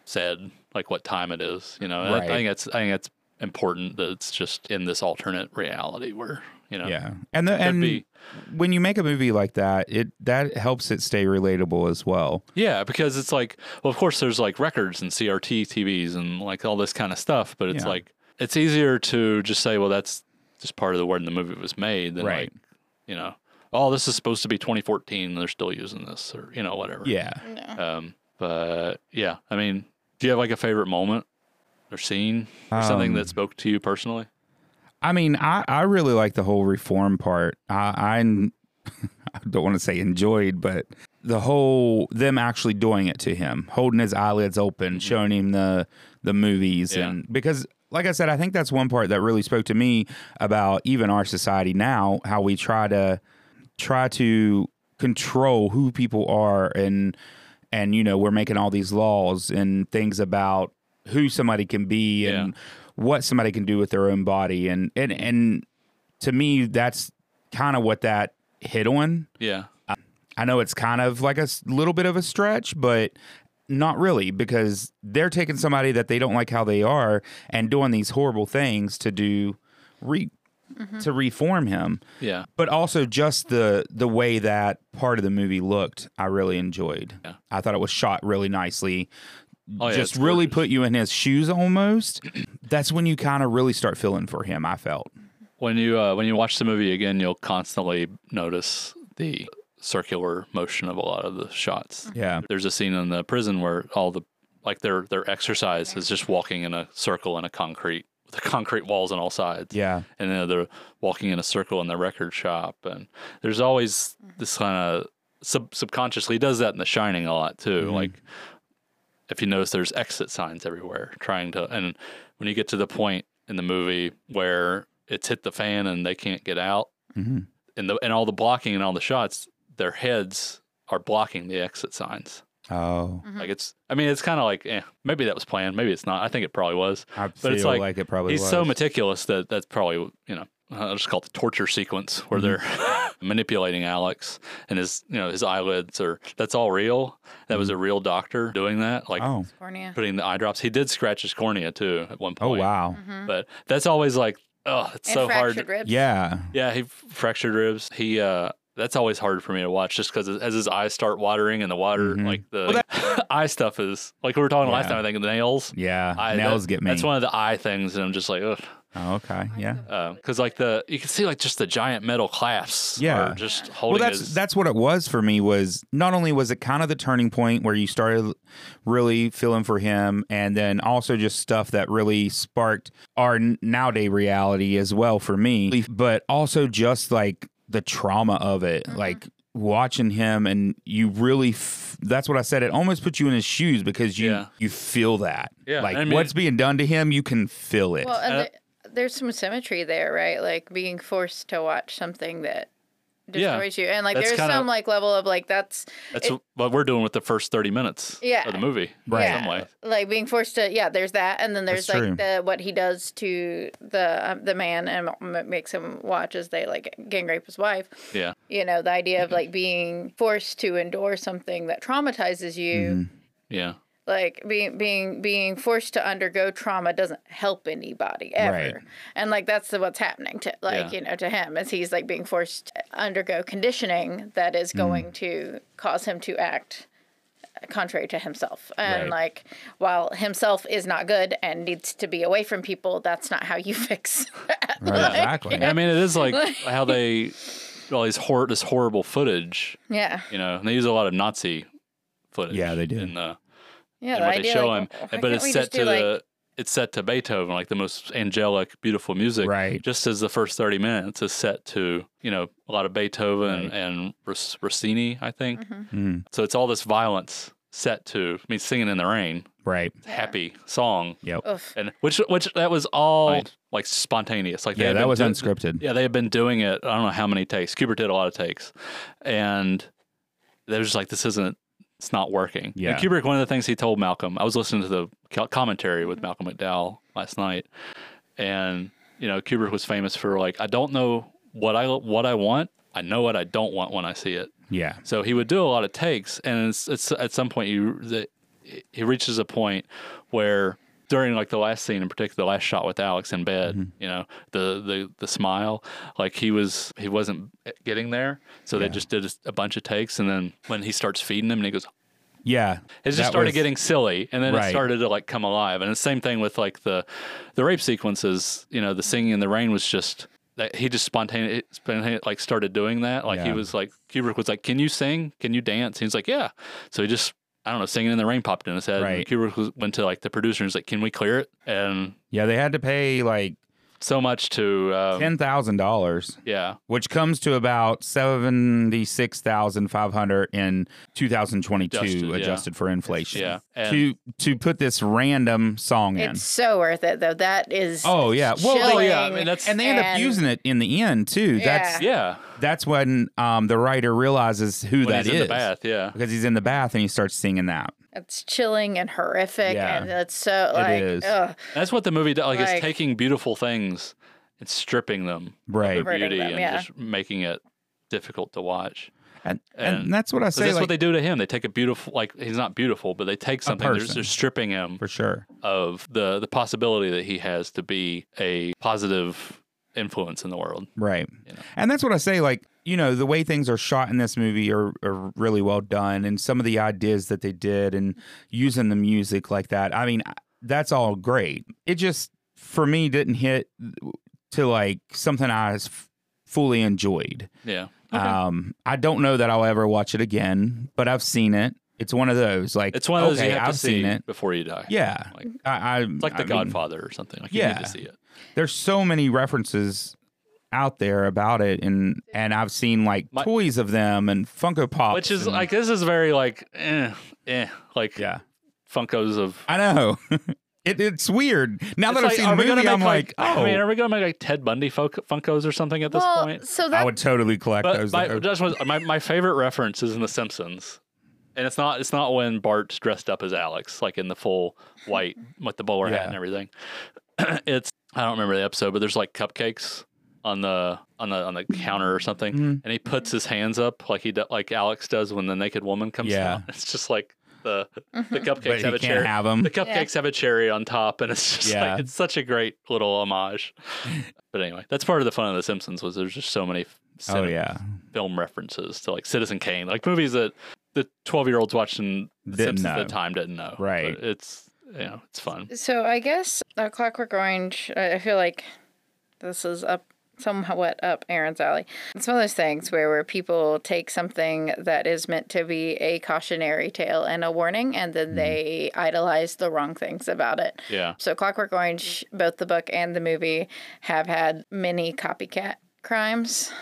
C: said like what time it is. You know, And I-
B: Right.
C: I think that's I think that's important that it's just in this alternate reality where you know
B: yeah. And the, and
C: be.
B: when you make a movie like that, it that helps it stay relatable as well.
C: Yeah, because it's like, well, of course, there's like records and CRT TVs and like all this kind of stuff, but it's
B: Yeah.
C: like it's easier to just say, well, that's just part of the word the movie was made than
B: Right.
C: like, you know, oh, this is supposed to be 2014 and they're still using this or, you know, whatever.
B: Yeah.
D: No.
C: Um, but yeah, I mean, do you have like a favorite moment or scene or something
B: Um,
C: that spoke to you personally?
B: I mean, I, I really like the whole reform part. I, I, n- I don't want to say enjoyed, but the whole them actually doing it to him, holding his eyelids open, showing him the the movies,
C: Yeah.
B: and because, like I said, I think that's one part that really spoke to me about even our society now, how we try to try to control who people are and and you know we're making all these laws and things about who somebody can be and what somebody can do with their own body and and and to me that's kind of what that hit on
C: Yeah.
B: i know it's kind of like a s- little bit of a stretch but not really because they're taking somebody that they don't like how they are and doing these horrible things to do re to reform him
C: Yeah.
B: but also just the the way that part of the movie looked i really enjoyed
C: Yeah.
B: i thought it was shot really nicely
C: Oh, yeah,
B: just
C: it's
B: really
C: gorgeous.
B: put you in his shoes almost that's when you kind of really start feeling for him i felt
C: When you uh, when you watch the movie again, you'll constantly notice the circular motion of a lot of the shots.
B: yeah
C: There's a scene in the prison where all the like their their exercise is just walking in a circle in a concrete with the concrete walls on all sides.
B: yeah
C: And then they're walking in a circle in the record shop and there's always this kind of sub- subconsciously he does that in the shining a lot too.
B: Mhm.
C: Like if you notice there's exit signs everywhere trying to and when you get to the point in the movie where it's hit the fan and they can't get out
B: hmm
C: and the and all the blocking and all the shots, their heads are blocking the exit signs.
B: oh
D: Mhm.
C: Like it's, I mean, it's kind of like, eh, maybe that was planned, maybe it's not. I think it probably was.
B: i feel
C: it's
B: like,
C: like,
B: it probably
C: He's
B: was.
C: so meticulous that that's probably, you know, I'll just call it the torture sequence where they're
B: Mm-hmm.
C: manipulating Alex and his, you know, his eyelids are. That's all real. That was a real doctor doing that, like
B: Mm-hmm. oh
D: Cornea.
C: putting the eye drops. He did scratch his cornea too at one
B: oh
C: point.
B: wow
D: Mhm.
C: But that's always like, oh, it's
D: And
C: so hard.
D: fractured ribs.
B: yeah
C: Yeah, he f- fractured ribs. He uh that's always hard for me to watch just because as his eyes start watering and the water,
B: Mhm.
C: like the eye stuff is like we were talking last
B: Yeah.
C: time. I think the nails,
B: yeah
C: I,
B: nails
C: that-
B: get me
C: That's one of the eye things, and I'm just like, ugh,
B: oh, okay yeah
C: because Uh, like the you can see like just the giant metal clasps.
B: Yeah.
C: are just
B: well
C: holding.
B: that's
C: his,
B: that's what it was for me was not only was it kind of the turning point where you started really feeling for him and then also just stuff that really sparked our n- nowadays reality as well for me but also just like the trauma of it like watching him and you really f- that's what i said it almost puts you in his shoes because you
C: Yeah.
B: you feel that
C: Yeah,
B: like
C: I mean-
B: what's being done to him you can feel it
D: Well, and
C: Uh,
D: the- there's some symmetry there, right? Like being forced to watch something that
C: Yeah.
D: destroys you, and like
C: That's
D: there's
C: kinda-
D: some like level of like that's
C: that's
D: it-
C: what we're doing with the first 30 minutes
D: Yeah.
C: of the movie.
B: Right.
C: In some way.
D: like being forced to yeah. There's that, and then there's
B: That's
D: like
B: true.
D: the what he does to the um, the man and m- makes him watch as they like gang rape his wife.
C: Yeah.
D: You know, the idea of
C: Mm-hmm.
D: like being forced to endure something that traumatizes you.
B: Mhm.
C: Mm-hmm. Yeah.
D: like being being being forced to undergo trauma doesn't help anybody ever
B: Right.
D: and like that's the, what's happening to like
C: Yeah.
D: you know to him is he's like being forced to undergo conditioning that is
C: Mm-hmm.
D: going to cause him to act uh, contrary to himself and
B: Right.
D: like while himself is not good and needs to be away from people that's not how you fix
B: Right, exactly
C: I mean, it is like how they all these hor- this horrible footage.
D: yeah
C: You know, and they use a lot of Nazi footage.
B: Yeah, they do.
C: In the
D: yeah
C: and
D: the
C: what they
D: idea,
C: show
D: like, oh, why
C: him. But
D: can't
C: it's
D: we
C: set
D: just do,
C: to
D: like-
C: the it's set to Beethoven, like the most angelic, beautiful music.
B: Right.
C: Just as the first thirty minutes is set to you know a lot of Beethoven
B: Right.
C: and Ros- Rossini, I think.
B: Mm,
C: So it's all this violence set to I mean, singing in the rain,
B: right
C: it's a happy song,
B: yep
D: Oof.
C: and which which that was all
B: Right.
C: like spontaneous. Like they
B: yeah
C: had
B: that
C: been
B: was
C: do-
B: unscripted
C: Yeah, they had been doing it. I don't know how many takes. Cuber did a lot of takes, and they were just like, "This isn't. It's not working."
B: Yeah.
C: And Kubrick. One of the things he told Malcolm, I was listening to the co- commentary with Malcolm McDowell last night, and you know, Kubrick was famous for like, "I don't know what I what I want. I know what I don't want when I see it."
B: yeah
C: So he would do a lot of takes, and it's, it's at some point you the, he reaches a point where during like the last scene in particular, the last shot with Alex in bed, you know, the, the the smile, like he was he wasn't getting there, so they just did a bunch of takes, and then when he starts feeding him, and he goes,
B: Yeah.
C: It just
B: That
C: started
B: was-
C: getting silly, and then
B: Right.
C: it started to like come alive. And the same thing with like the the rape sequences. You know, the singing in the rain was just that he just spontaneous, spontaneous like started doing that. Like he
B: Yeah.
C: was like Kubrick was like, "Can you sing? Can you dance?" He's like, "Yeah." So he just I don't know, singing in the rain popped in his head.
B: Right.
C: And Kubrick was, went to like the producer and was like, "Can we clear it?" And
B: Yeah, they had to pay like
C: so much to um,
B: ten thousand dollars,
C: yeah,
B: which comes to about seventy six thousand five hundred in two thousand twenty
C: Adjusted,
B: two,
C: yeah.
B: adjusted for inflation.
C: yeah, and
B: To to put this random song in.
D: It's so worth it though. That is
B: Oh yeah. Well,
C: oh,
B: they-
C: yeah, I mean, that's-
B: and they end up
D: and-
B: using it in the end too. That's
C: yeah,
B: that's when um, the writer realizes who
C: when
B: that is
C: he's in the bath, yeah.
B: because he's in the bath and he starts singing that.
D: It's chilling and horrific,
B: Yeah.
D: and it's so
B: It
D: like
B: is.
D: ugh,
C: That's what the movie does. Like, it's
D: Like-
C: taking beautiful things and stripping them.
B: Right.
C: their
D: Converting
C: beauty
D: them,
C: and
D: yeah.
C: just making it difficult to watch.
B: And, and,
C: And-
B: that's what I
C: So
B: say.
C: that's
B: like,
C: what they do to him. They take a beautiful, like he's not beautiful, but they take something. They're,
B: person.
C: they're stripping him
B: for sure.
C: of the the possibility that he has to be a positive influence in the world.
B: Right.
C: You know.
B: And that's what I say. Like, you know, the way things are shot in this movie are, are really well done. And some of the ideas that they did and using the music like that. I mean, I- that's all great. It just, for me, didn't hit to like something I s- fully enjoyed.
C: Yeah.
B: Um, I don't know that I'll ever watch it again, but I've seen it. It's one of those. Like,
C: It's one of those
B: okay,
C: you have
B: I've
C: to
B: seen
C: see
B: it.
C: before you die.
B: Yeah.
C: Like, it's
B: I, I,
C: like The
B: I mean,
C: Godfather or something. Like you need
B: Yeah.
C: to see it.
B: there's so many references out there about it and and I've seen like
C: My-
B: toys of them and Funko Pops.
C: Which is
B: and-
C: like this is very like eh, eh like
B: Yeah.
C: Funkos of
B: I know. it, it's weird. Now that I've
C: It's
B: seen
C: are
B: the
C: we gonna
B: movie, I'm
C: make,
B: like, oh
C: I
B: I,
C: mean, are we gonna make like Ted Bundy fo- Funkos or something at this
D: well,
C: point?
D: so that
B: would totally collect
C: But
B: those. oh,
C: my,
B: though.
C: just was, my my favorite reference is in The Simpsons, and it's not it's not when Bart's dressed up as Alex, like in the full white with the bowler
B: Yeah.
C: hat and everything. it's I don't remember the episode, but there's like cupcakes on the on the on the counter or something,
B: Mhm.
C: and he puts his hands up like he do, like Alex does when the naked woman comes
B: Yeah.
C: out. It's just like the the
D: mhm.
B: but
C: cupcakes
B: you
C: have a
B: can't
C: cherry.
B: have them.
C: The cupcakes have a cherry on top, and it's just
B: Yeah.
C: like it's such a great little homage. but anyway, that's part of the fun of The Simpsons was there's just so many f-
B: oh
C: cine-
B: yeah.
C: film references to like Citizen Kane, like movies that the twelve year olds watching The
B: Didn't
C: Simpsons at
B: know.
C: the time didn't know. But
B: Right.
C: it's you know it's fun.
D: So I guess uh, Clockwork Orange. I I feel like this is up somewhat up Aaron's alley. It's one of those things where where people take something that is meant to be a cautionary tale and a warning, and
B: Mm-hmm.
D: then they idolize the wrong things about it.
C: Yeah.
D: So Clockwork Orange, both the book and the movie, have had many copycat crimes.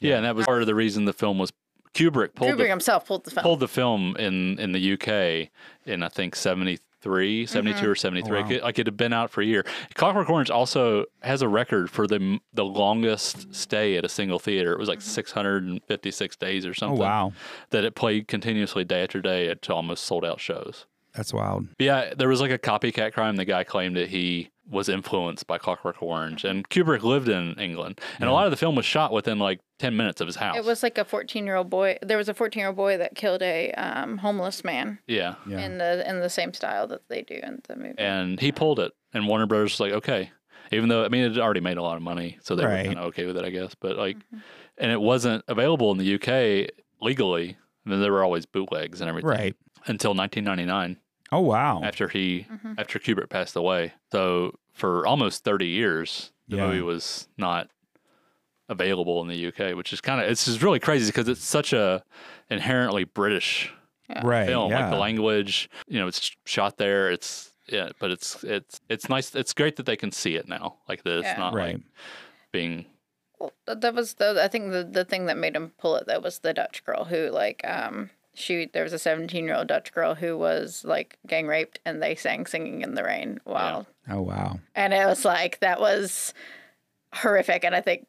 C: yeah, and that was part of the reason the film was Kubrick pulled
D: Kubrick
C: the,
D: himself pulled the film.
C: pulled the film in in the UK in I think 73, 72 or 73.
B: Oh, wow.
C: It- like it had been out for a year. Clockwork Orange also has a record for the m- the longest stay at a single theater. It was like 656 days or
B: Oh
C: something.
B: wow. that
C: That it played continuously day after day at almost sold out shows.
B: That's wild.
C: But yeah, there was like a copycat crime. The guy claimed that he was influenced by Clockwork Orange, and Kubrick lived in England, and a lot of the film was shot within like ten minutes of his house.
D: It was like a 14 year old boy. There was a 14 year old boy that killed a um, homeless man
C: yeah,
B: Yeah.
D: in the in the same style that they do in the movie.
C: and he pulled it, and Warner Brothers was like, okay, even though I mean it had already made a lot of money, so they
B: Right.
C: were kind of okay with it, I guess. But like,
D: Mm-hmm.
C: and it wasn't available in the UK legally. I mean, there were always bootlegs and everything
B: Right.
C: until 1999,
B: Oh wow.
C: after he
D: Mhm.
C: after Kubrick passed away. So for almost 30 years, the
B: Yeah.
C: movie was not available in the UK, which is kind of it's just really crazy because it's such a inherently British
B: right.
C: film.
B: yeah.
C: Like the language, you know, it's shot there. It's yeah, but it's it's it's nice. It's great that they can see it now. Like that, it's
D: Yeah.
C: not
B: Right.
C: like being
D: Well, th- that was the I think the, the thing that made him pull it though was the Dutch girl who like um she there was a 17 year old Dutch girl who was like gang raped and they sang singing in the rain while
B: oh wow.
D: and it was like that was horrific and I think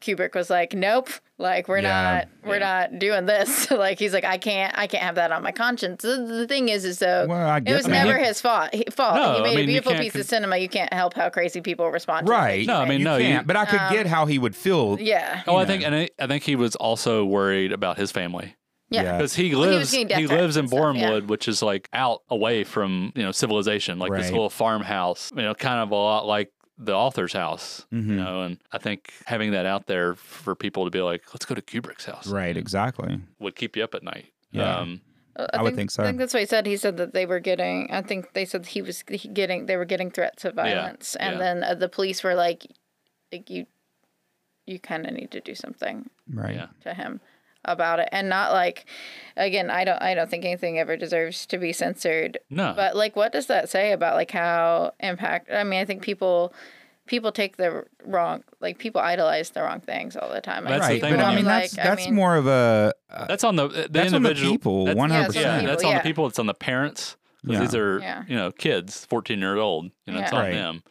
D: Kubrick was like nope like we're
B: Yeah,
D: not we're not doing this like he's like I can't I can't have that on my conscience the, the thing is is though
B: Well, I
D: Oh, it
B: guess
D: was
B: I mean,
D: never
B: it-
D: his fault he, fault
C: No,
D: he
C: I
D: made a
C: mean, you
D: beautiful
C: can't
D: piece
C: con-
D: of cinema you can't help how crazy people respond to it.
B: Right.
C: No, I mean,
B: you
C: no, you-
B: can't, but I could
D: Um,
B: get how he would feel.
D: yeah
C: Oh, I
B: know.
C: think, and I, I think he was also worried about his family
D: yeah,
B: Yeah.
C: because he
D: Well, he was
C: lives he,
D: getting death threats
C: lives in
D: and stuff, yeah.
C: Bournemouth, which is like out away from you know civilization, like this
B: Right.
C: little farmhouse, you know, kind of a lot like the author's house,
B: Mhm.
C: you know. And I think having that out there for people to be like, let's go to Kubrick's house,
B: Right. Exactly.
C: would keep you up at night.
B: Yeah.
C: Um,
D: Uh, I,
B: I would think so.
D: I think that's what he said. He said that they were getting. I think they said he was he getting. They were getting threats of
C: Yeah,
D: violence, and
C: yeah.
D: then uh, the police were like, like "You, you kind of need to do something
B: Right.
C: Yeah.
D: to him about it, and not like, again, I don't. I don't think anything ever deserves to be censored.
C: No.
D: But like, what does that say about like how impact? I mean, I think people. People take the wrong, like people idolize the wrong things all the time. I
C: That's the
D: think,
B: right. But
C: thing when
B: I
C: you-
B: mean, that's
D: like, I
B: that's
D: mean-
B: more of a uh,
C: that's on the the
B: that's on the
C: individual
B: people.
C: that's-
B: One
D: yeah,
B: hundred
D: it's on the
B: percent.
C: Yeah,
D: people,
C: that's on
D: yeah.
C: the people. It's on the parents 'cause
B: Yeah.
C: these are
D: Yeah.
C: you know kids, fourteen years old. You know, it's on
B: Right.
C: them.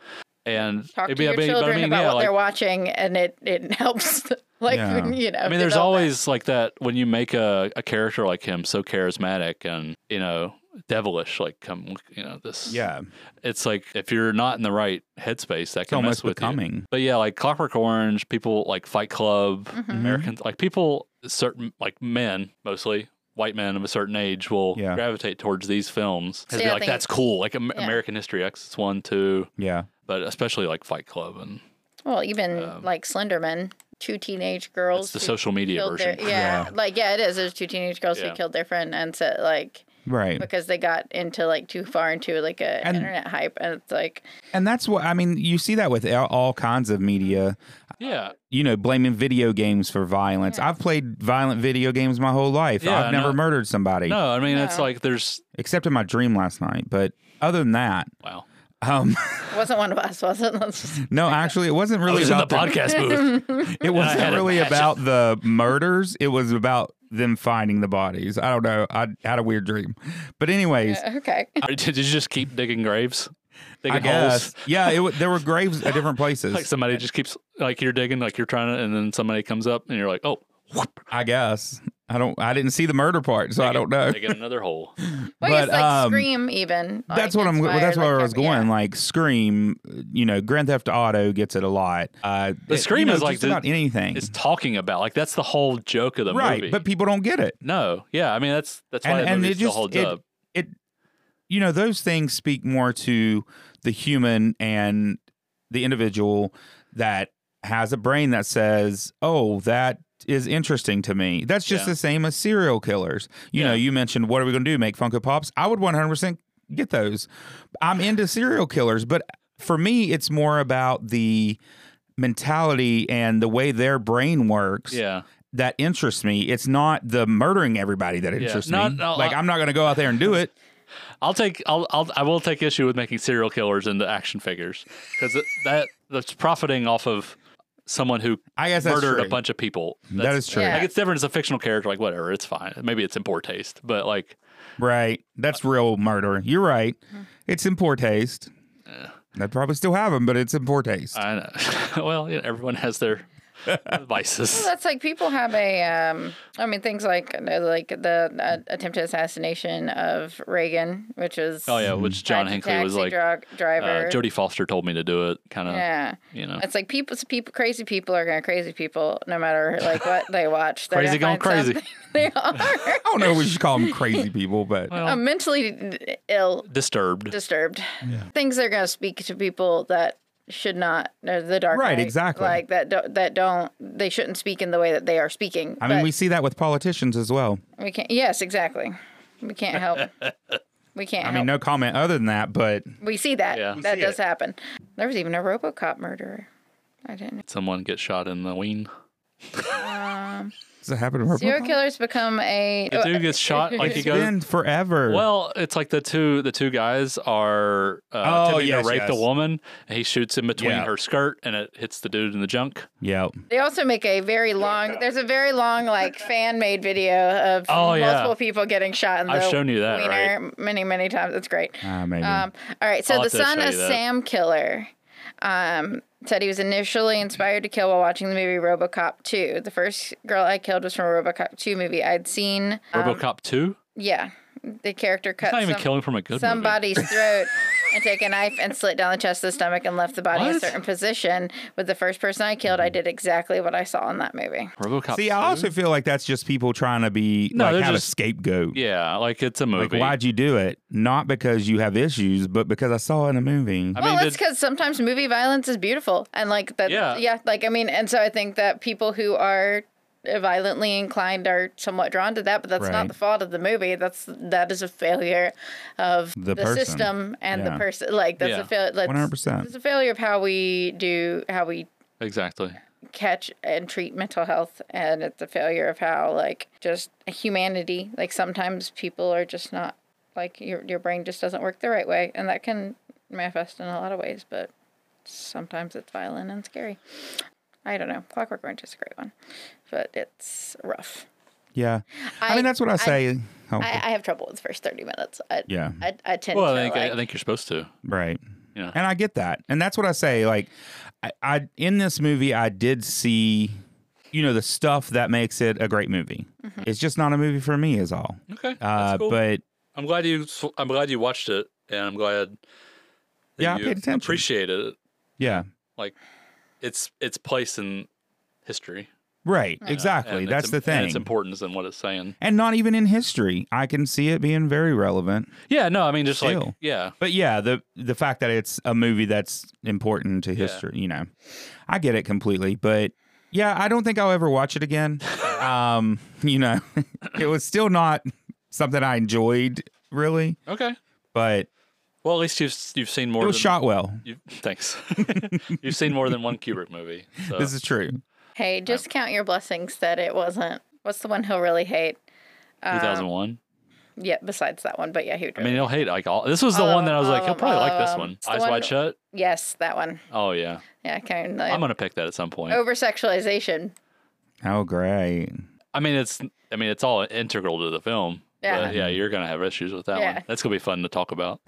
C: And
D: talk
C: it'd
D: to
C: be a
D: your
C: big- but I
D: children
C: mean,
D: about
C: yeah,
D: what
C: like-
D: they're watching, and it it helps. Like
B: Yeah.
D: you know,
C: I mean, there's
D: develop that.
C: always like that when you make a, a character like him so charismatic and you know devilish, like come look, you know this.
B: Yeah.
C: it's like if you're not in the right headspace, that
B: It's
C: can
B: almost
C: mess with you.
B: becoming.
C: But yeah, like Clockwork Orange, people like Fight Club,
D: Mhm.
C: American like people certain like men mostly white men of a certain age will
B: Yeah.
C: gravitate towards these films
D: See,
C: and be
D: I
C: like
D: think-
C: that's cool like Am-
D: yeah.
C: American History X is one too
B: Yeah.
C: but especially like Fight Club and
D: Well, even
C: um,
D: like Slenderman, two teenage
C: it's
D: girls.
C: the
D: who
C: social media
D: killed
C: version
D: Their, yeah,
B: Yeah.
D: like yeah, it is. There's two teenage girls
C: Yeah.
D: who killed their friend, and so like
B: Right.
D: because they got into like too far into like a
B: And-
D: internet hype, and it's like
B: And that's what I mean. You see that with all- all kinds of media.
C: yeah
B: You know, blaming video games for violence.
D: Yeah.
B: I've played violent video games my whole life.
C: Yeah,
B: I've never
C: no.
B: murdered somebody
C: no I mean it's
D: No.
C: like there's
B: except in my dream last night. But other than that,
C: wow
B: um,
D: wasn't one of us, wasn't. Let's just-
B: no, actually, it wasn't
C: I
B: really
C: was in the
B: about the-
C: podcast booth
B: It
C: I
B: wasn't
C: had a
B: really
C: passion.
B: about the murders. It was about them finding the bodies. I don't know. I had a weird dream, but anyways,
D: Yeah, okay.
C: did you just keep digging graves digging
B: I guess
C: holes
B: yeah. It w- there were graves at different places.
C: like somebody just keeps like you're digging like you're trying to and then somebody comes up and you're like oh whoop,
B: I guess I don't. I didn't see the murder part, so I don't know.
C: digging another hole
D: Well,
B: But,
D: it's like
B: um,
D: Scream, even.
B: That's
D: like,
B: what I'm.
D: inspired,
B: That's where
D: like,
B: I was
D: yeah.
B: going. Like Scream, you know, Grand Theft Auto gets it a lot. Uh,
C: The
B: it-
C: Scream
B: you know,
C: is like
B: just
C: the-
B: about anything,
C: it's talking about like that's the whole joke of the
B: right?
C: movie
B: But people don't get it.
C: No, yeah, I mean that's that's
B: And-
C: why that
B: and
C: movie
B: it
C: still
B: just-
C: holds
B: it-
C: up.
B: you know those things speak more to the human and the individual that has a brain that says oh that is interesting to me that's just
C: Yeah.
B: the same as serial killers you know
C: Yeah.
B: you mentioned what are we going to do make funko pops i would 100% get those i'm into serial killers but for me it's more about the mentality and the way their brain works
C: Yeah,
B: that interests me it's not the murdering everybody that
C: Yeah.
B: interests
C: No,
B: me
C: no,
B: like
C: I-
B: i'm not going to go out there and do it
C: I'll take I'll, I'll I will take issue with making serial killers into action figures because that that's profiting off of someone who
B: i guess that's
C: murdered
B: true.
C: a bunch of people.
B: That is
C: That's,
B: true.
D: Yeah.
C: Like it's different. It's a fictional character. Like whatever, it's fine. Maybe it's in poor taste, but like
B: Right. That's
C: Uh,
B: real murder. You're right.
C: hmm.
B: It's in poor taste. They probably still have them, but it's in poor taste.
C: I know. well, you know, everyone has their
D: Well,
C: vices.
D: that's like people have a. Um, I mean, things like like the uh, attempted assassination of Reagan, which was
C: Oh yeah, which John
D: tried to
C: Hinckley was
D: taxi
C: like.
D: drug- driver.
C: Uh, Jodie Foster told me to do it, kind of.
D: Yeah,
C: You know,
D: it's like people, people, crazy people are gonna crazy people no matter like what they watch. They're
C: Crazy
D: gonna
C: going
D: find
C: crazy.
D: something. they are.
B: I don't know if we should call them crazy people, but
C: Well,
D: I'm mentally ill,
C: disturbed.
D: disturbed. Things that are gonna speak to people that should not or the dark
B: Right,
D: knight,
B: exactly.
D: like that don't, that don't they shouldn't speak in the way that they are speaking
B: I mean,
D: but-
B: we see that with politicians as well.
D: We can't. Yes, exactly. We can't help. we can't.
B: I mean,
D: help.
B: no comment other than that, but
D: We see that.
C: Yeah.
D: That
B: see
D: does happen. There was even a RoboCop murderer. I didn't.
C: Someone gets shot in the ween.
D: Um,
B: does it happen to
D: serial killers become a.
C: The dude gets shot like he
B: It's
C: goes.
B: been forever.
C: Well, it's like the two the two guys are uh,
B: Oh,
C: attempting
B: yes,
C: to rape the
B: yes.
C: woman, and he shoots in between
B: Yeah.
C: her skirt, and it hits the dude in the junk.
B: yeah.
D: They also make a very long. There's a very long like fan made video of
C: Oh, yeah.
D: multiple people getting shot in the.
C: I've shown you that,
D: wiener Many many times. It's great.
B: Ah, maybe.
D: Um, all right. So
C: Hmm. I'll
D: the
C: have to
D: son
C: show
D: of
C: you that.
D: Sam Killer um, said he was initially inspired to kill while watching the movie RoboCop 2. The first girl I killed was from a RoboCop 2 movie I'd seen. Um,
C: RoboCop two.
D: yeah, the character
C: It's
D: cut
C: not even
D: some-
C: killing from a good movie.
D: somebody's throat. And take a knife and slit down the chest, the stomach, and left the body in a
C: What? Hmm.
D: certain position. With the first person I killed, I did exactly what I saw in that movie.
C: RoboCop.
B: see,
C: 2?
B: I also feel like that's just people trying to be
C: No,
B: like
C: they're
B: have
C: just-
B: a scapegoat.
C: yeah, like it's a
B: Like,
C: movie.
B: why'd you do it? Not because you have issues, but because I saw it in a movie.
C: I
D: well,
C: mean,
D: that's
C: did,
D: because sometimes movie violence is beautiful, and like that.
C: Yeah.
D: Yeah. Like I mean, and so I think that people who are violently inclined are somewhat drawn to that, but that's
B: Right.
D: not the fault of the movie. That's that is a failure of
B: The
D: the,
B: person.
D: system and
B: Yeah.
D: the person. Like that's
C: Yeah.
D: a failure.
B: One hundred percent.
D: It's a failure of how we do how we
C: Exactly.
D: catch and treat mental health and it's a failure of how like just humanity like sometimes people are just not like your your brain just doesn't work the right way and that can manifest in a lot of ways but sometimes it's violent and scary i don't know clockwork orange is a great one but it's rough
B: Yeah. I, mean, that's what I say. Oh,
D: I, I have trouble with the first 30 minutes i
B: yeah.
D: i, I tend
C: Well,
D: to
C: I think
D: like,
C: I think you're supposed to.
B: Right.
C: Yeah.
B: And I get that. And that's what I say. Like, I, I in this movie, I did see, you know, the stuff that makes it a great movie.
C: Mm-hmm.
B: It's just not a movie for me, is all.
C: Okay.
B: Uh, But
C: I'm glad you. s- I'm glad you watched it, and I'm glad. that
B: Yeah, I
C: you
B: paid attention.
C: Appreciated it.
B: yeah,
C: Its its place in history.
B: right.
D: Yeah.
B: Exactly.
C: And its
B: That's
C: im-
B: the
C: And
B: thing.
C: its importance and what it's saying.
B: and not even in history. I can see it being very relevant.
C: Yeah. No, I mean just like
B: Still.
C: yeah.
B: But yeah, the the fact that it's a movie that's important to history, you know, I get it completely. But yeah, I don't think I'll ever watch it again. um, you know, it was still not something I enjoyed really,
C: Okay.
B: but
C: Well, at least you've s- you've seen more.
B: it was
C: than,
B: shot well.
C: You, thanks. you've seen more than one Kubrick movie. So.
B: This is true.
D: hey just count your blessings that it wasn't what's the one he'll really hate Oh,
C: 2001.
D: yeah besides that one but yeah he would
C: I
D: really
C: mean, he'll hate like all. This was the
D: All
C: one
D: of-
C: that I was
D: all
C: like,
D: of
C: he'll
D: them,
C: probably
D: all
C: like
D: of
C: this
D: them.
C: one.
D: It's the
C: Eyes
D: one-
C: wide shut.
D: Yes, that one.
C: Oh yeah,
D: Yeah, kind
C: I'm
D: of.
C: gonna pick that at some point.
D: Over sexualization.
B: Oh great.
C: I mean, it's I mean, it's all integral to the film.
D: Yeah.
C: But yeah, you're gonna have issues with that
D: Yeah.
C: one. That's gonna be fun to talk about.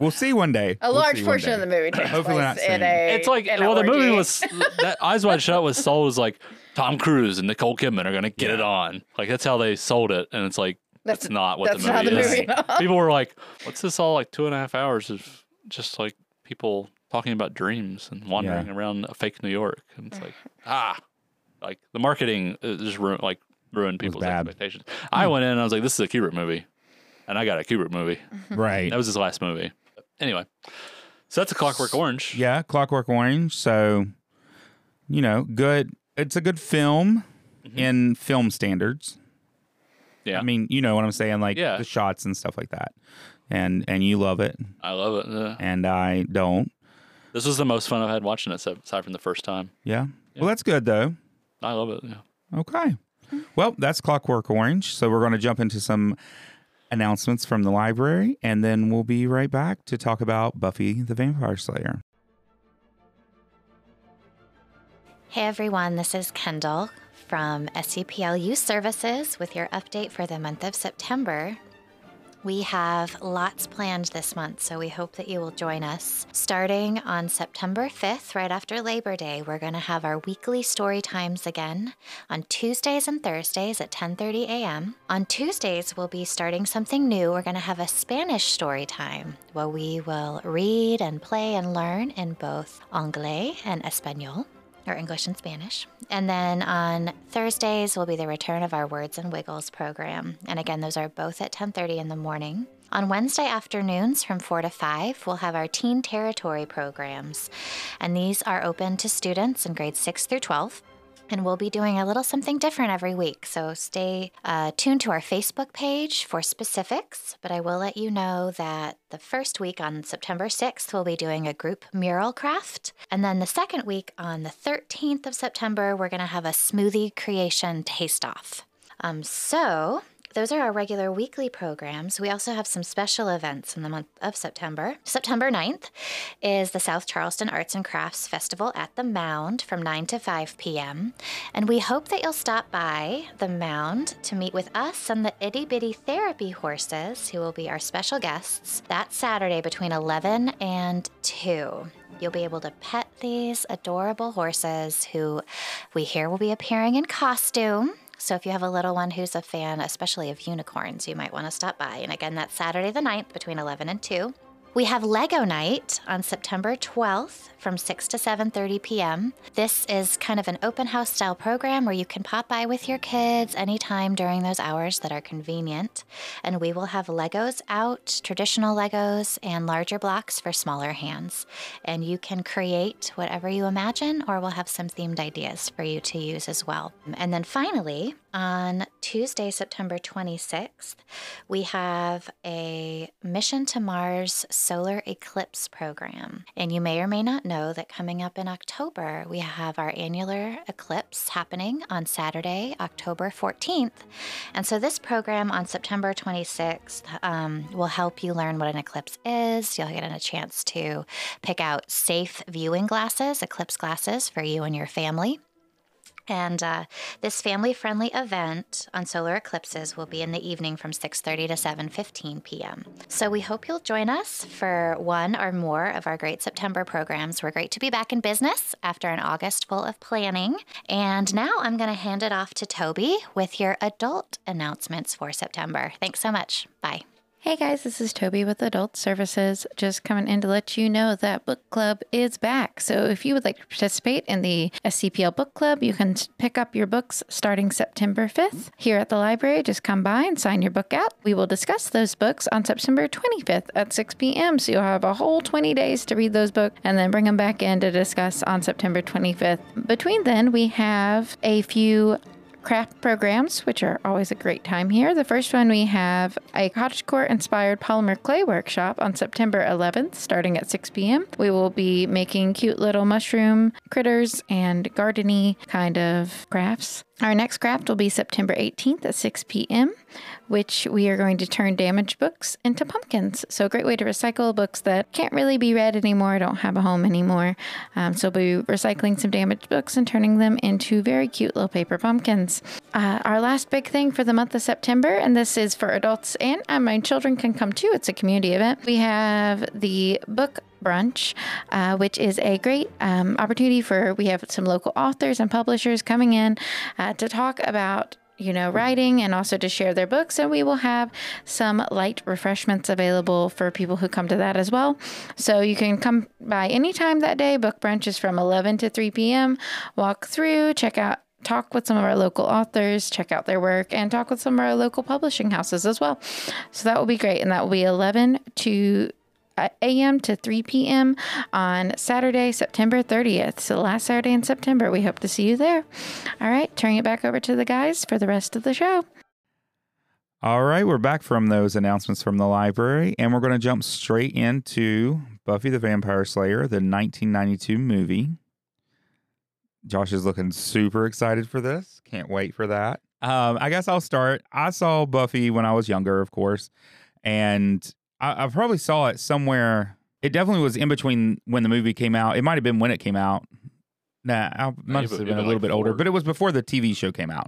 B: We'll see one day.
D: A large portion of the movie takes
B: Hopefully
D: place
B: not soon.
D: in a.
C: It's like
D: in a
C: well, the movie
D: orgy.
C: was that Eyes Wide Shut was sold as like Tom Cruise and Nicole Kidman are gonna get it on. Like that's how they sold it, and it's like that's,
D: That's-
C: not what
D: that's
C: the
D: not
C: movie
D: the
C: is.
D: movie at all.
C: People were like, "What's this all like two and a half hours of just like people talking about dreams and wandering around fake New York?" And it's like ah, like the marketing uh, just ruined like ruined people's
B: bad.
C: expectations. I went in and I was like, "This is a Kubrick movie," and I got a Kubrick movie.
B: Right.
C: That was his last movie. Anyway, so that's a Clockwork Orange.
B: Yeah, Clockwork Orange. So, you know, good. It's a good film
C: Mm-hmm.
B: in film standards.
C: Yeah.
B: I mean, you know what I'm saying, like
C: Yeah.
B: the shots and stuff like that. And and you love it,
C: I love it. Yeah.
B: and I don't.
C: This was the most fun I've had watching it aside aside from the first time.
B: Yeah. Well, that's good though.
C: I love it. Yeah.
B: Okay. Well, that's Clockwork Orange. So we're going to jump into some announcements from the library, and then we'll be right back to talk about Buffy the Vampire Slayer.
E: Hey everyone, this is Kendall from SCPL Youth Services with your update for the month of September. We have lots planned this month, so we hope that you will join us. Starting on September 5th, right after Labor Day, we're going to have our weekly story times again on Tuesdays and Thursdays at 10:30 a.m. On Tuesdays, we'll be starting something new. We're going to have a Spanish story time where we will read and play and learn in both Anglais and Espanol or English and Spanish. And then on Thursdays will be the return of our Words and Wiggles program. And again, those are both at 10:30 in the morning. On Wednesday afternoons from 4 to 5, we'll have our teen territory programs. And these are open to students in grades 6 through 12. And we'll be doing a little something different every week. So stay uh, tuned to our Facebook page for specifics. But I will let you know that the first week on September 6th, we'll be doing a group mural craft. And then the second week on the 13th of September, we're going to have a smoothie creation taste off. Um, so those are our regular weekly programs. We also have some special events in the month of September. September 9th is the South Charleston Arts and Crafts Festival at the Mound from 9 to 5 p.m. And we hope that you'll stop by the Mound to meet with us and the Itty Bitty Therapy Horses, who will be our special guests that Saturday between 11 and 2. You'll be able to pet these adorable horses who we hear will be appearing in costume. So if you have a little one who's a fan, especially of unicorns, you might want to stop by. And again, that's Saturday the 9th between 11 and 2. We have Lego night on September 12th from 6 to 7:30 p.m. This is kind of an open house style program where you can pop by with your kids anytime during those hours that are convenient, and we will have Legos out, traditional Legos and larger blocks for smaller hands. And you can create whatever you imagine or we'll have some themed ideas for you to use as well. And then finally, on Tuesday, September 26th, we have a Mission to Mars solar eclipse program. And you may or may not know that coming up in October, we have our annular eclipse happening on Saturday, October 14th. And so, this program on September 26th um, will help you learn what an eclipse is. You'll get a chance to pick out safe viewing glasses, eclipse glasses for you and your family. And uh, this family-friendly event on solar eclipses will be in the evening from 6:30 to 7:15 p.m. So we hope you'll join us for one or more of our great September programs. We're great to be back in business after an August full of planning. And now I'm going to hand it off to Toby with your adult announcements for September. Thanks so much. Bye.
D: Hey guys, this is Toby with Adult Services, just coming in to let you know that book club is back. So if you would like to participate in the SCPL book club, you can s- pick up your books starting September 5th here at the library. Just come by and sign your book out. We will discuss those books on September 25th at 6 p.m. So you'll have a whole 20 days to read those books and then bring them back in to discuss on September 25th. Between then, we have a few craft programs, which are always a great time here. The first one we have a cottagecore inspired polymer clay workshop on September 11th, starting at 6 p.m. We will be making cute little mushroom critters and gardeny kind of crafts. Our next craft will be September 18th at 6 p.m., which we are going to turn damaged books into pumpkins. So, a great way to recycle books that can't really be read anymore, don't have a home anymore. Um, so, we'll be recycling some damaged books and turning them into very cute little paper pumpkins. Uh, our last big thing for the month of September, and this is for adults and uh, my children can come too, it's a community event. We have the book brunch, uh, which is a great um, opportunity for we have some local authors and publishers coming in uh, to talk about you know writing and also to share their books and we will have some light refreshments available for people who come to that as well so you can come by anytime that day book brunch is from 11 to 3 p.m walk through check out talk with some of our local authors, check out their work, and talk with some of our local publishing houses as well. So that will be great. And that will be 11 to uh, a.m. to 3 p.m. on Saturday, September 30th. So last Saturday in September, we hope to see you there. All right, turning it back over to the guys for the rest of the show.
B: All right, we're back from those announcements from the library, and we're going to jump straight into Buffy the Vampire Slayer, the 1992 movie. Josh is looking super excited for this. Can't wait for that. Um, I guess I'll start. I saw Buffy when I was younger, of course, and I, I probably saw it somewhere. It definitely was in between when the movie came out. It might have been when it came out. Nah, I must
C: you've
B: have
C: been
B: been a
C: like
B: little bit older,
C: four.
B: but it was before the TV show came out.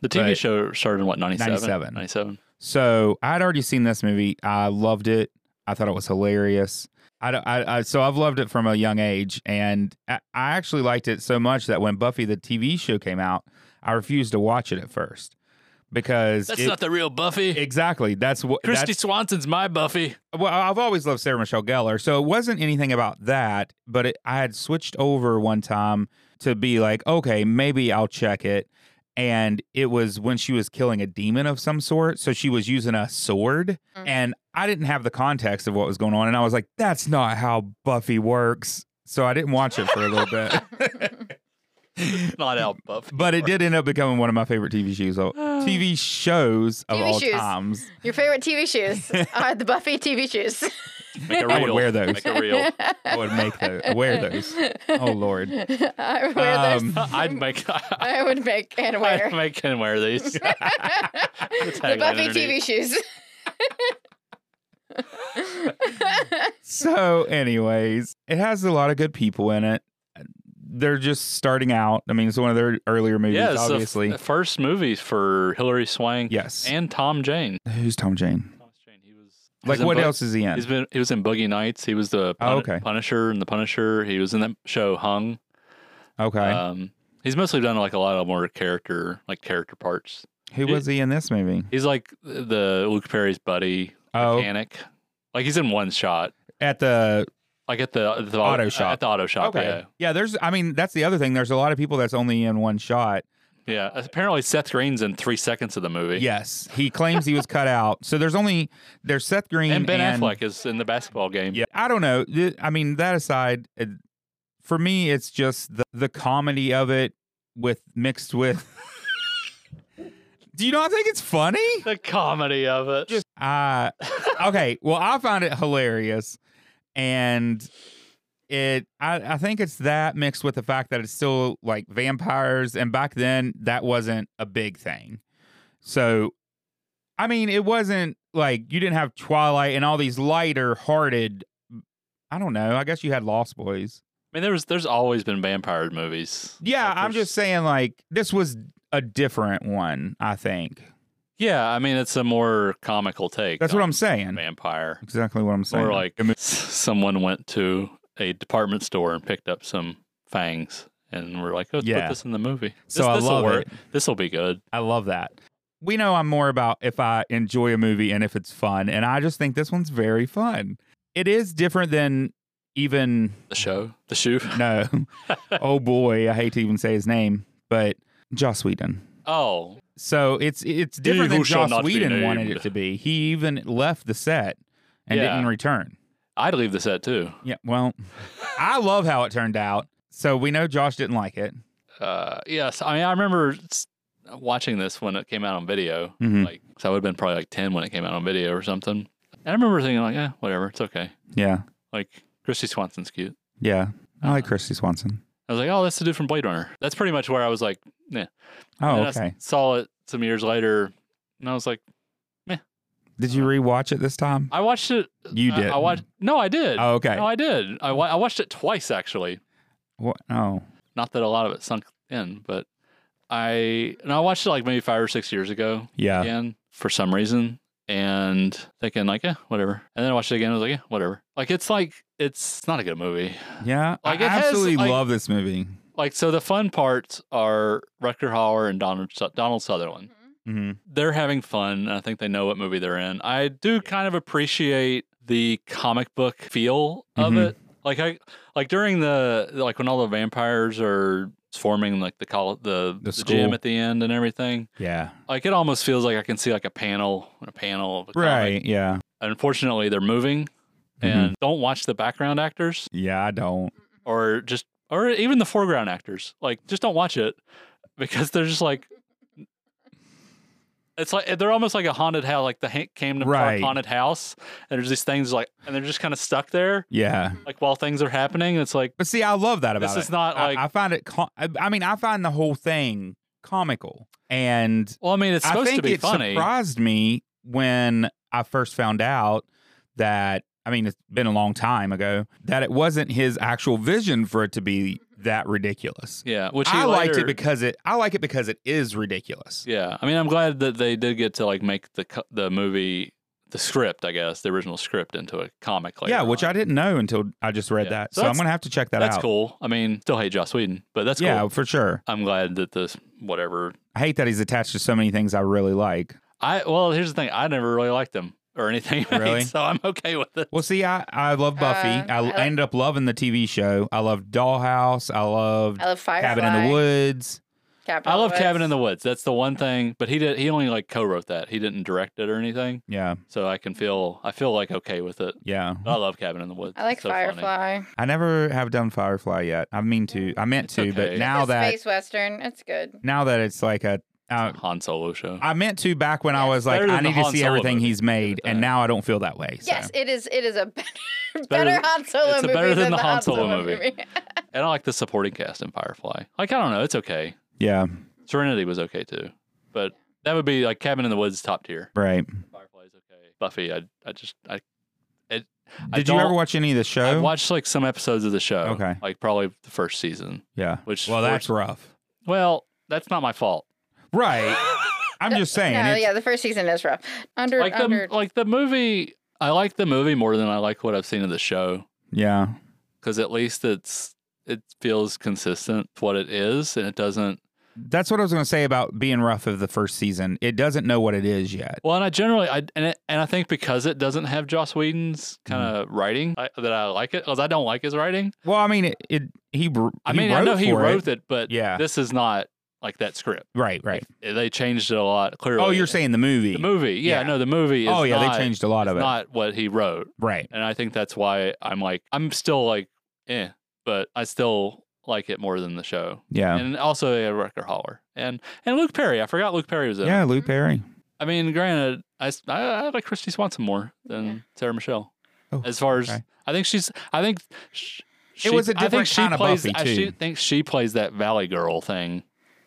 C: The TV
B: Right.
C: show started in what, 97?
B: 97.
C: 97.
B: So I had already seen this movie. I loved it. I thought it was hilarious. I, don't- I, I so I've loved it from a young age, and I, I actually liked it so much that when Buffy the TV show came out, I refused to watch it at first because
C: That's
B: it-
C: not the real Buffy.
B: exactly that's what
C: Christy
B: that's-
C: Swanson's my Buffy.
B: well, I've always loved Sarah Michelle Gellar, so it wasn't anything about that. But it, I had switched over one time to be like, okay, maybe I'll check it. And it was when she was killing a demon of some sort, so she was using a sword,
D: Mm.
B: and I didn't have the context of what was going on, and I was like, that's not how Buffy works. So I didn't watch it for a little bit.
C: Not out Buffy.
B: But it did end up becoming one of my favorite TV shows, of- TV shows of
D: TV
B: all
D: shows.
B: times.
D: Your favorite TV shoes are the Buffy TV shoes.
C: Make a
B: I would
C: reel.
B: wear those.
C: Make a reel.
B: I would make those, wear those. Oh Lord.
D: I
B: Um,
C: I'd make. I'd
D: I would make and
C: make and wear these. The tagline underneath.
D: shoes.
B: So, anyways, it has a lot of good people in it. They're just starting out. I mean, it's one of their earlier movies,
C: Yeah, it's the f-
B: obviously.
C: first movie for Hillary Swank
B: yes.
C: and Tom Jane.
B: Who's Tom Jane?
C: Thomas Jane, he was
B: Like,
C: he was in
B: what
C: Bo-
B: else is he in?
C: He's been. He was in Boogie Nights. He was the
B: Oh,
C: pun-
B: okay.
C: Punisher and the Punisher. He was in that show Hung.
B: okay.
C: Um, he's mostly done like a lot of more character, like character parts.
B: Who was he in this movie?
C: He's like the Luke Perry's buddy
B: Oh,
C: mechanic. Like he's in one shot.
B: at the
C: Like at the, the
B: Auto shop.
C: At the auto shop.
B: okay. Yeah, there's. I mean, that's the other thing. There's a lot of people that's only in one shot.
C: Yeah. Yeah. Apparently Seth Green's in three seconds of the movie.
B: Yes, he claims he was cut out. So there's only there's Seth Green
C: And Ben Affleck is in the basketball game.
B: Yeah, I don't know. Th- I mean, that aside, it- for me, it's just the the comedy of it with mixed with. Do you not think it's funny?
C: The comedy of it.
B: Just uh okay. Well, I found it hilarious, and it. I, I think it's that mixed with the fact that it's still like vampires, and back then that wasn't a big thing. So, I mean, it wasn't like you didn't have Twilight and all these lighter-hearted. I don't know. I guess you had Lost Boys.
C: I mean, there's there's always been vampire movies.
B: Yeah,
C: Like,
B: I'm
C: there's-
B: just saying like this was a different one. I think
C: Yeah, I mean, it's a more comical take.
B: that's what
C: on
B: I'm saying.
C: Vampire.
B: Exactly what I'm saying.
C: Or like s- someone went to a department store and picked up some fangs, and we're like, let's
B: Yeah.
C: put this in the movie.
B: So
C: this,
B: I
C: this'll
B: love
C: work.
B: it.
C: This will be good.
B: I love that. We know I'm more about if I enjoy a movie and if it's fun, and I just think this one's very fun. It is different than even
C: The show, the shoe.
B: no, oh boy, I hate to even say his name, but Joss Whedon.
C: Oh,
B: So it's it's different
C: who
B: than
C: shall
B: Joss
C: not be
B: Whedon wanted
C: named.
B: it to be. He even left the set and
C: Yeah.
B: didn't return.
C: I'd leave this at too.
B: Yeah, well, I love how it turned out. So we know Josh didn't like it.
C: Uh, yes, I mean, I remember s- watching this when it came out on video.
B: Mhm.
C: Like, so I would have been probably like ten when it came out on video or something. And I remember thinking like, yeah, whatever, it's okay.
B: Yeah,
C: Like, Christy Swanson's cute.
B: yeah. I
C: Uh,
B: like Christy Swanson.
C: I was like, oh, that's the dude from Blade Runner. That's pretty much where I was like, yeah.
B: Oh,
C: And I s-
B: okay.
C: saw it some years later, and I was like,
B: Did you rewatch it this time?
C: uh, I watched it.
B: You
C: I-
B: did.
C: I, watched. No, I did.
B: Oh, okay.
C: No, I did. I, wa- I watched it twice actually.
B: What? Oh,
C: Not that a lot of it sunk in, but I and I watched it like maybe five or six years ago
B: yeah.
C: again for some reason, and thinking like, yeah, whatever. And then I watched it again. I was like, yeah, whatever. Like it's like it's not a good movie.
B: Yeah.
C: Like,
B: I
C: it has,
B: absolutely
C: like-
B: love this movie.
C: Like so, the fun parts are Rutger Hauer and Donald Su- Donald Sutherland.
B: hmm
C: they're having fun. and I think they know what movie they're in. I do kind of appreciate the comic book feel of
B: Mhm.
C: it. Like I like during the like when all the vampires are forming like the call the,
B: The
C: the, gym
B: school.
C: at the end and everything.
B: Yeah.
C: Like it almost feels like I can see like a panel a panel of a comic.
B: Right. Yeah.
C: Unfortunately, they're moving
B: Mm-hmm.
C: and don't watch the background actors
B: Yeah. I don't.
C: or just or even the foreground actors like just don't watch it because they're just like it's like they're almost like a haunted house like the Hank Camden
B: Right.
C: Park haunted house and there's these things like and they're just kind of stuck there
B: Yeah.
C: like while things are happening it's like
B: But see, I love that about
C: This
B: it.
C: is not
B: I-
C: like-
B: I, find it. Com- I I mean, I find the whole thing comical, and
C: well I mean it's
B: I
C: supposed
B: think
C: to be
B: it
C: funny
B: surprised me when I first found out that. I mean, it's been a long time ago that it wasn't his actual vision for it to be that ridiculous.
C: yeah which he
B: I liked
C: later-
B: it because it. I like it because it is ridiculous.
C: yeah I mean I'm glad that they did get to like make the co- the movie the script I guess the original script into a comic later
B: yeah, which
C: on.
B: I didn't know until I just read
C: Yeah.
B: that.
C: So
B: So, I'm
C: that's-
B: gonna have to check that
C: that's
B: out.
C: cool I mean still hate Joss Whedon but that's
B: yeah,
C: cool
B: for sure.
C: I'm glad that this whatever
B: I hate that he's attached to so many things I really like.
C: I well, here's the thing. I never really liked him or anything, he made,
B: Really?
C: so I'm okay with it.
B: Well, see, I, I love Buffy.
D: Uh,
B: I,
D: I like-
B: I ended up loving the TV show. I loved Dollhouse. I loved
D: I love Firefly.
B: Cabin in the Woods.
D: Cabin
C: I
D: in the
C: love Cabin in
D: Woods.
C: the Woods. That's the one thing, but he did. He only like co-wrote that. He didn't direct it or anything,
B: Yeah,
C: so I can feel. I feel like okay with it.
B: yeah.
C: I love Cabin in the Woods.
D: I like
C: It's so funny.
D: Firefly.
B: I never have done Firefly yet. I mean to. I meant
C: It's
B: to, but
C: okay.
B: now
D: It's a
B: that
D: space western, it's good.
B: now that it's like a, uh,
C: Han Solo show.
B: I meant to back when I
D: Yes.
B: was like,
C: Better
B: I
C: than the
B: need to
C: Han
B: see
C: Solo
B: everything
C: movie
B: he's made, and
C: time.
B: now I don't feel that way. So.
D: Yes, it is. It is a better,
C: better
D: better
C: than-
D: Han Solo
C: it's a
D: movie
C: better than
D: than
C: the Han Solo movie.
D: movie.
C: And I like the supporting cast in Firefly. Like I don't know, it's okay.
B: Yeah.
C: Serenity was okay too, but that would be like Cabin in the Woods top tier.
B: Right.
C: Firefly's okay. Buffy, I, I just, I, it, I
B: Did you ever
C: don't-
B: watch any of the show?
C: I watched like some episodes of the show.
B: Okay.
C: like probably the first season.
B: yeah.
C: Which
B: Well,
C: forced-
B: that's rough.
C: Well, that's not my fault.
B: Right. I'm just saying.
D: No,
B: it's-
D: yeah, the first season is rough. Under
C: like
D: under
C: the like the movie. I like the movie more than I like what I've seen of the show
B: yeah.
C: because at least it's it feels consistent what it is and it doesn't
B: That's what I was going to say about being rough of the first season. It doesn't know what it is yet.
C: Well, and I generally, I and it, and I think because it doesn't have Joss Whedon's
B: Mm-hmm.
C: kind of writing I, that I like it because I don't like his writing.
B: Well, I mean, it. it he. br-
C: I
B: he
C: mean,
B: wrote
C: I know he
B: for
C: wrote it, but
B: Yeah.
C: this is not like that script.
B: Right, right.
C: They changed it a lot. Clearly,
B: Oh, you're saying the movie?
C: the movie? Yeah,
B: Yeah.
C: no, the movie. Is
B: oh yeah,
C: not-
B: they changed a lot of
C: it's
B: it.
C: Not what he wrote,
B: right.
C: and I think that's why I'm like I'm still like eh, but I still like it more than the show.
B: Yeah.
C: And also yeah, Rucker Holler and and Luke Perry. I forgot Luke Perry was in. it.
B: Yeah, Luke Perry.
D: Mm-hmm.
C: I mean, granted, I, s- I, I like Christy Swanson more than Sarah Michelle.
B: Oh,
C: as far as
B: okay.
C: I think she's, I think sh- she,
B: was a
C: I think
B: different
C: she
B: kind of
C: plays,
B: Buffy,
C: I she,
B: too.
C: think she plays that Valley Girl thing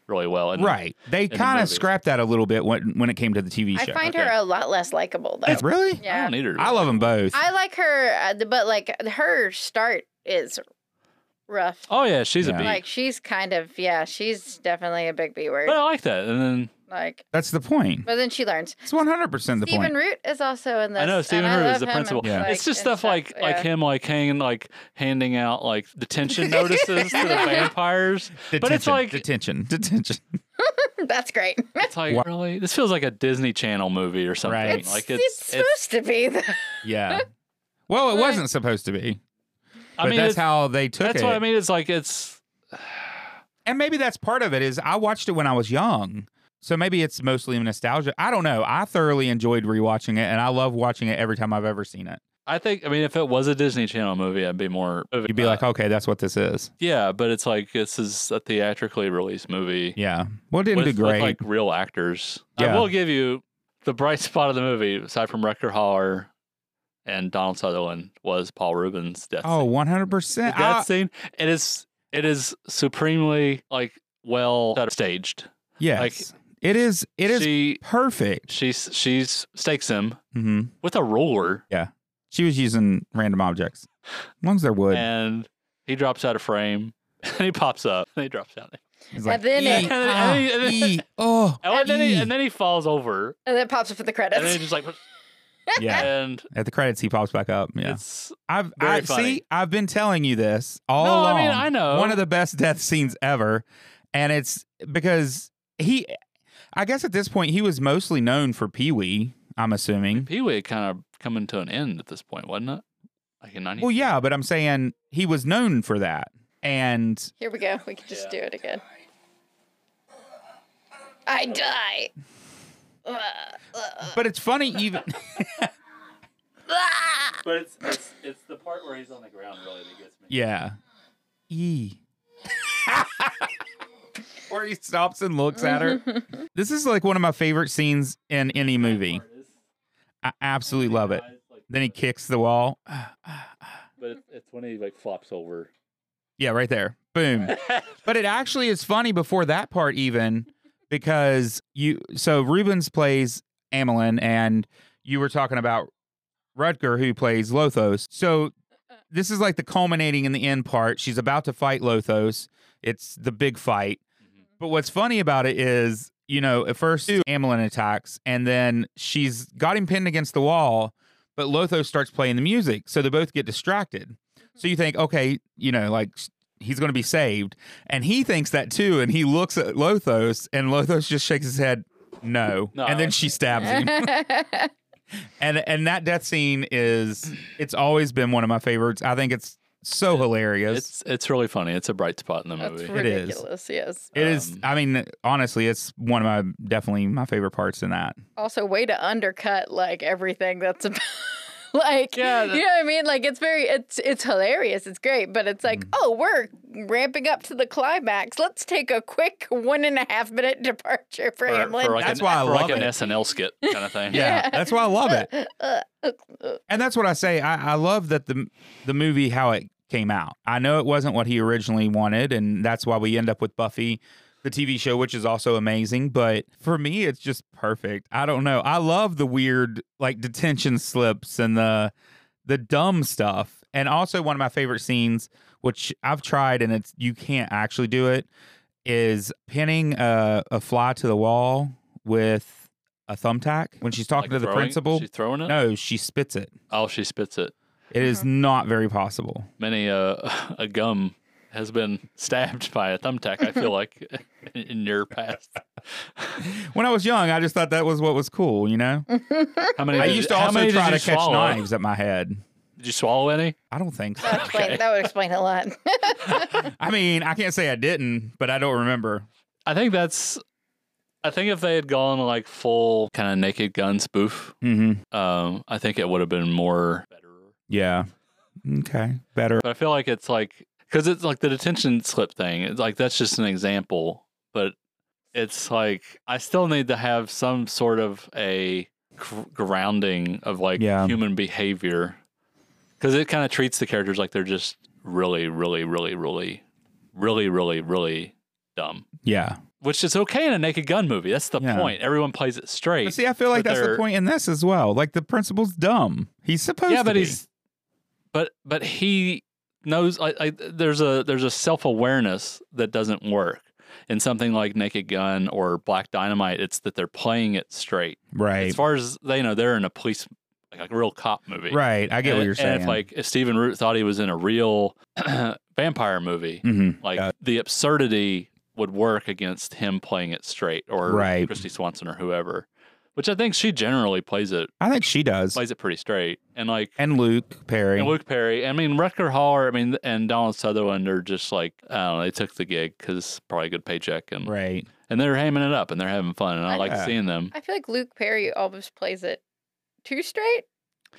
C: really well. And
B: right. They
C: the
B: kind
C: movie.
B: of scrapped that a little bit when when it came to the TV
D: I
B: show.
D: find
C: okay.
D: her a lot less likable though.
B: Yeah, really?
C: I
D: yeah,
C: don't need her. to
B: I
C: be-
B: love them both.
D: I like her, uh, th- but like her start is rough.
C: Oh yeah, she's
B: Yeah.
C: a bee.
D: Like she's kind of yeah, she's definitely a big B word.
C: but I like that. And then
D: Like,
B: That's the point.
D: but then she learns.
B: It's 100 percent the
D: Stephen
B: point.
D: Root is also in this.
C: I know
D: and
C: Stephen Root
D: love
C: is the
D: him and,
C: principal.
B: Yeah.
D: like,
C: it's just
D: and
C: stuff, like like
D: yeah.
C: him like hanging like handing out like detention notices to the vampires. But it's
B: Detention,
C: like-
B: detention, detention.
D: That's great.
C: It's like
B: Wow.
C: really this feels like a Disney Channel movie or something.
B: Right.
D: It's,
C: Like
D: it's, supposed to be. The,
B: Yeah. Well, it
D: Right.
B: wasn't supposed to be, but
C: I mean
B: that's
C: it's-
B: how they took
C: that's
B: it.
C: what I mean. It's like it's
B: And maybe that's part of it. Is I watched it when I was young, so maybe it's mostly nostalgia. I don't know. I thoroughly enjoyed rewatching it, and I love watching it every time I've ever seen it.
C: I think I mean if it was a Disney Channel movie, I'd be more.
B: You'd be like, okay, that's what this is.
C: yeah, but it's like this is a theatrically released movie.
B: Yeah. Well, it didn't
C: with,
B: do
C: with,
B: great.
C: like real actors.
B: Yeah.
C: I will give you the bright spot of the movie, aside from Rucker Hauer and Donald Sutherland, was Paul Rubens' death.
B: oh,
C: scene.
B: 100
C: the
B: percent. Ah,
C: death scene. It is it is supremely like well staged.
B: Yes. it is. It is
C: She
B: perfect.
C: she she's stakes him
B: hmm
C: with a ruler,
B: She was using random objects, as long as they're wood.
C: and he drops out of frame, and he pops up, and he drops out.
B: It's like,
D: and then
B: "Ee,
D: it-
C: and then-
B: ah,
C: and then-
B: ee, oh,
C: And then, he,
B: ee."
C: and then he falls over,
D: and then it pops up in the
C: and then he
D: credits.
C: just like,
B: yeah.
C: and
B: At the credits, he pops back up. Yeah,
C: it's
B: I've
C: very
B: I,
C: funny.
B: see. I've been telling you this all
C: No,
B: along.
C: I mean, I know.
B: one of the best death scenes ever, and it's because he. I guess at this point, he was mostly known for Pee Wee. I'm assuming.
C: Pee Wee kind of coming to an end at this point, wasn't it? Like in ninety.
B: Well, yeah, but I'm saying he was known for that, and
D: Here we go. We can just do it again. I die. Ugh.
B: but it's funny even.
C: but it's, it's it's the part where he's on the ground really that gets me.
B: yeah. E. Where he stops and looks at her. This is like one of my favorite scenes in any movie. I absolutely love it. Then he kicks the wall.
C: But it's, it's when he like flops over.
B: Yeah, right there. Boom. but it actually is funny before that part even because you so Rubens plays Amelin and you were talking about Rutger who plays Lothos. So this is like the culminating in the end part. She's about to fight Lothos. It's the big fight. But what's funny about it is, you know, at first Amelin attacks and then she's got him pinned against the wall, but Lothos starts playing the music. So they both get distracted. So you think, okay, you know, like s- he's going to be saved. And he thinks that too. And he looks at Lothos and Lothos just shakes his head, no.
C: No.
B: and then she stabs him. and and that death scene is it's always been one of my favorites. I think it's so hilarious.
C: It's it's really funny. It's a bright spot in the
D: That's
C: movie.
B: It is.
D: ridiculous. Yes.
B: It is.
C: Um,
B: I mean, honestly, it's one of my definitely my favorite parts in that.
D: also way to undercut like everything that's about like
C: Yeah,
D: you know what i mean like it's very it's it's hilarious it's great but it's like oh we're ramping up to the climax let's take a quick one and a half minute departure
C: For,
D: for, Hamlin.
C: for like
B: That's
C: an,
B: why I
C: for like
B: love
C: an
B: it.
C: SNL skit kind of thing.
B: Yeah, that's why I love it.
D: Uh, uh, uh,
B: And that's what I say. I, I love that the the movie how it came out. I know it wasn't what he originally wanted, and that's why we end up with Buffy, the TV show, which is also amazing. But for me, it's just perfect. I don't know. I love the weird like detention slips and the the dumb stuff. And also one of my favorite scenes, which I've tried and it's you can't actually do it, is pinning a, a fly to the wall with a thumbtack when she's
C: Like
B: talking to the
C: throwing-
B: principal.
C: She's throwing it.
B: No, she spits it.
C: Oh, she spits it.
B: It is not very possible.
C: Many uh, a gum has been stabbed by a thumbtack. I feel like in, in your past.
B: When I was young, I just thought that was what was cool, you know?
C: How many?
B: I
C: did-
B: used to
C: how
B: also
C: many
B: try
C: did
B: to
C: you
B: catch
C: swallow?
B: knives at my head.
C: Did you swallow any?
B: I don't think so.
D: That would explain, that would explain a lot.
B: I mean, I can't say I didn't, but I don't remember.
C: I think that's. I think if they had gone like full kind of naked gun spoof,
B: Mm-hmm.
C: um, I think it would have been more better
B: Yeah. Okay. Better.
C: But I feel like it's like because it's like the detention slip thing. It's like that's just an example, but it's like I still need to have some sort of a gr- grounding of like
B: Yeah.
C: human behavior because it kind of treats the characters like they're just really, really, really, really, really, really, really dumb.
B: Yeah.
C: Which is okay in a Naked Gun movie. That's the
B: Yeah.
C: point. Everyone plays it
B: But
C: straight.
B: see, I feel like
C: But
B: that's the
C: they're-
B: point in this as well. Like the principal's dumb. He's supposed
C: yeah,
B: to
C: but
B: be.
C: he's but but he knows. I, I, there's a there's a self awareness that doesn't work in something like Naked Gun or Black Dynamite. It's that they're playing it straight.
B: right.
C: As far as they know, they're in a police like a real cop movie.
B: Right. I get
C: and,
B: what you're saying.
C: And if like if Stephen Root thought he was in a real vampire movie,
B: Mhm.
C: like
B: Yeah.
C: the absurdity would work against him playing it straight or
B: Right.
C: Christy Swanson or whoever. Which I think she generally plays it
B: I think she does.
C: plays it pretty straight. And like
B: and Luke Perry.
C: and Luke Perry. I mean, Rutger Hauer. I mean, and Donald Sutherland are just like I don't know. They took the gig because probably a good paycheck, and
B: right.
C: and they're hamming it up and they're having fun, and I,
D: I-
C: like
B: Yeah.
C: seeing them.
D: I feel like Luke Perry almost plays it too straight.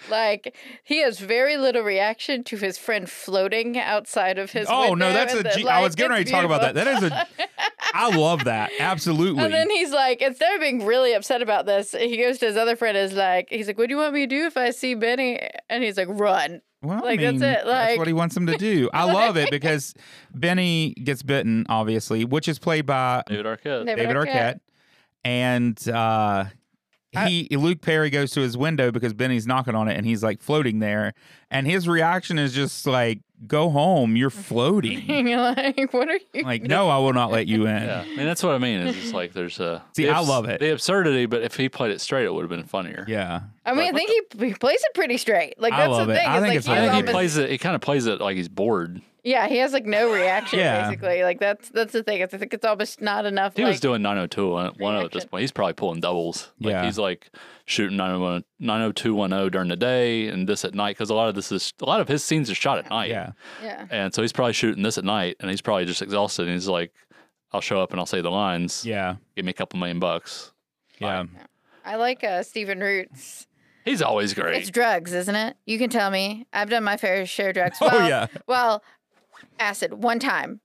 D: Like he has very little reaction to his friend floating outside of his.
B: Oh, no,
D: window
B: that's
D: and
B: a
D: the
B: G- I was
D: light.
B: getting ready
D: It's
B: to talk about that. That is a-
D: beautiful.
B: I love that. Absolutely.
D: And then he's like, instead of being really upset about this, he goes to his other friend. Is like, he's like, "What do you want me to do if I see Benny?" And he's like, "Run."
B: Well, I
D: Like, that's
B: mean, that's
D: it, like-
B: what he wants him to do. I love it because Benny gets bitten, obviously, which is played by
C: David Arquette.
D: They-
B: David
D: David
B: Arquette,
D: Arquette.
B: and uh, he Luke Perry goes to his window because Benny's knocking on it, and he's like floating there, and his reaction is just like, "Go home, you're floating."
D: And you're like, "What are you?"
B: like, no, I will not let you in.
C: Yeah, I mean that's what I mean. It's just like there's a
B: See,
C: the
B: I love it.
C: the absurdity, but if he played it straight, it would have been funnier.
B: Yeah.
D: I mean, I think he, he plays it pretty straight. Like
B: I
D: that's
B: love
D: the
B: it.
D: thing.
B: I think
D: like,
B: it's
D: he
C: I
D: has
C: think he
D: all this-
C: plays it. He kind of plays it like he's bored.
D: Yeah, he has like no reaction
B: Yeah.
D: basically. Like that's that's the thing. It's- I think it's almost not enough.
C: He
D: like,
C: was doing 90210 at this
D: reaction.
C: point. He's probably pulling doubles. Like
B: Yeah.
C: he's like shooting 901 90210 during the day and this at night because a lot of this is a lot of his scenes are shot at night.
B: Yeah.
D: Yeah.
C: And so he's probably shooting this at night and he's probably just exhausted. And he's like, I'll show up and I'll say the lines.
B: Yeah.
C: Give me a couple million bucks.
B: Yeah.
D: I like uh, Stephen Root's.
C: He's always great.
D: It's drugs, isn't it? You can tell me. I've done my fair share of drugs.
B: Oh,
D: well,
B: yeah.
D: Well, acid one time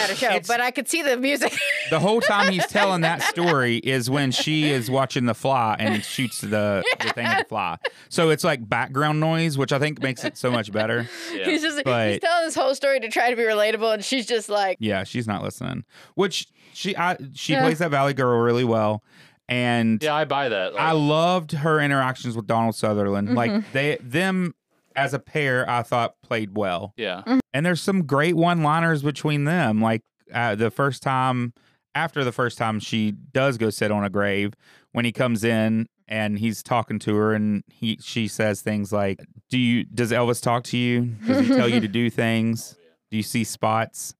D: at a show,
B: It's-
D: but I could see the music.
B: The whole time he's telling that story is when she is watching the fly and it shoots the, the thing at the fly. So it's like background noise, which I think makes it so much better.
C: Yeah.
D: he's just
B: But-
D: he's telling this whole story to try to be relatable, and she's just like,
B: Yeah, she's not listening. Which she I she
D: Yeah.
B: plays that Valley Girl really well. And
C: yeah, I buy that.
B: I
C: Like,
B: loved her interactions with Donald Sutherland. Like they them as a pair I thought played well.
C: yeah.
D: Mm-hmm.
B: And there's some great one-liners between them. Like uh, the first time after the first time she does go sit on a grave when he comes in and he's talking to her and he she says things like, "Do you does Elvis talk to you? Does he tell you to do things? Do you see spots?"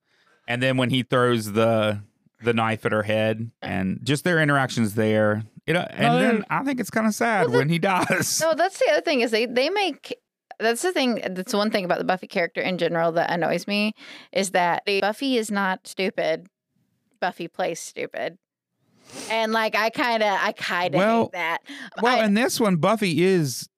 B: And then when he throws the the knife at her head and just their interactions there. It, uh, and
C: No, they're-
B: then I think it's kind of sad when he dies.
D: No, that's the other thing is they they make that's the thing that's one thing about the Buffy character in general that annoys me is that the- Buffy is not stupid. Buffy plays stupid. And like I kind of I kind of
B: Well-
D: hate that.
B: Well,
D: I-
B: in this one, Buffy is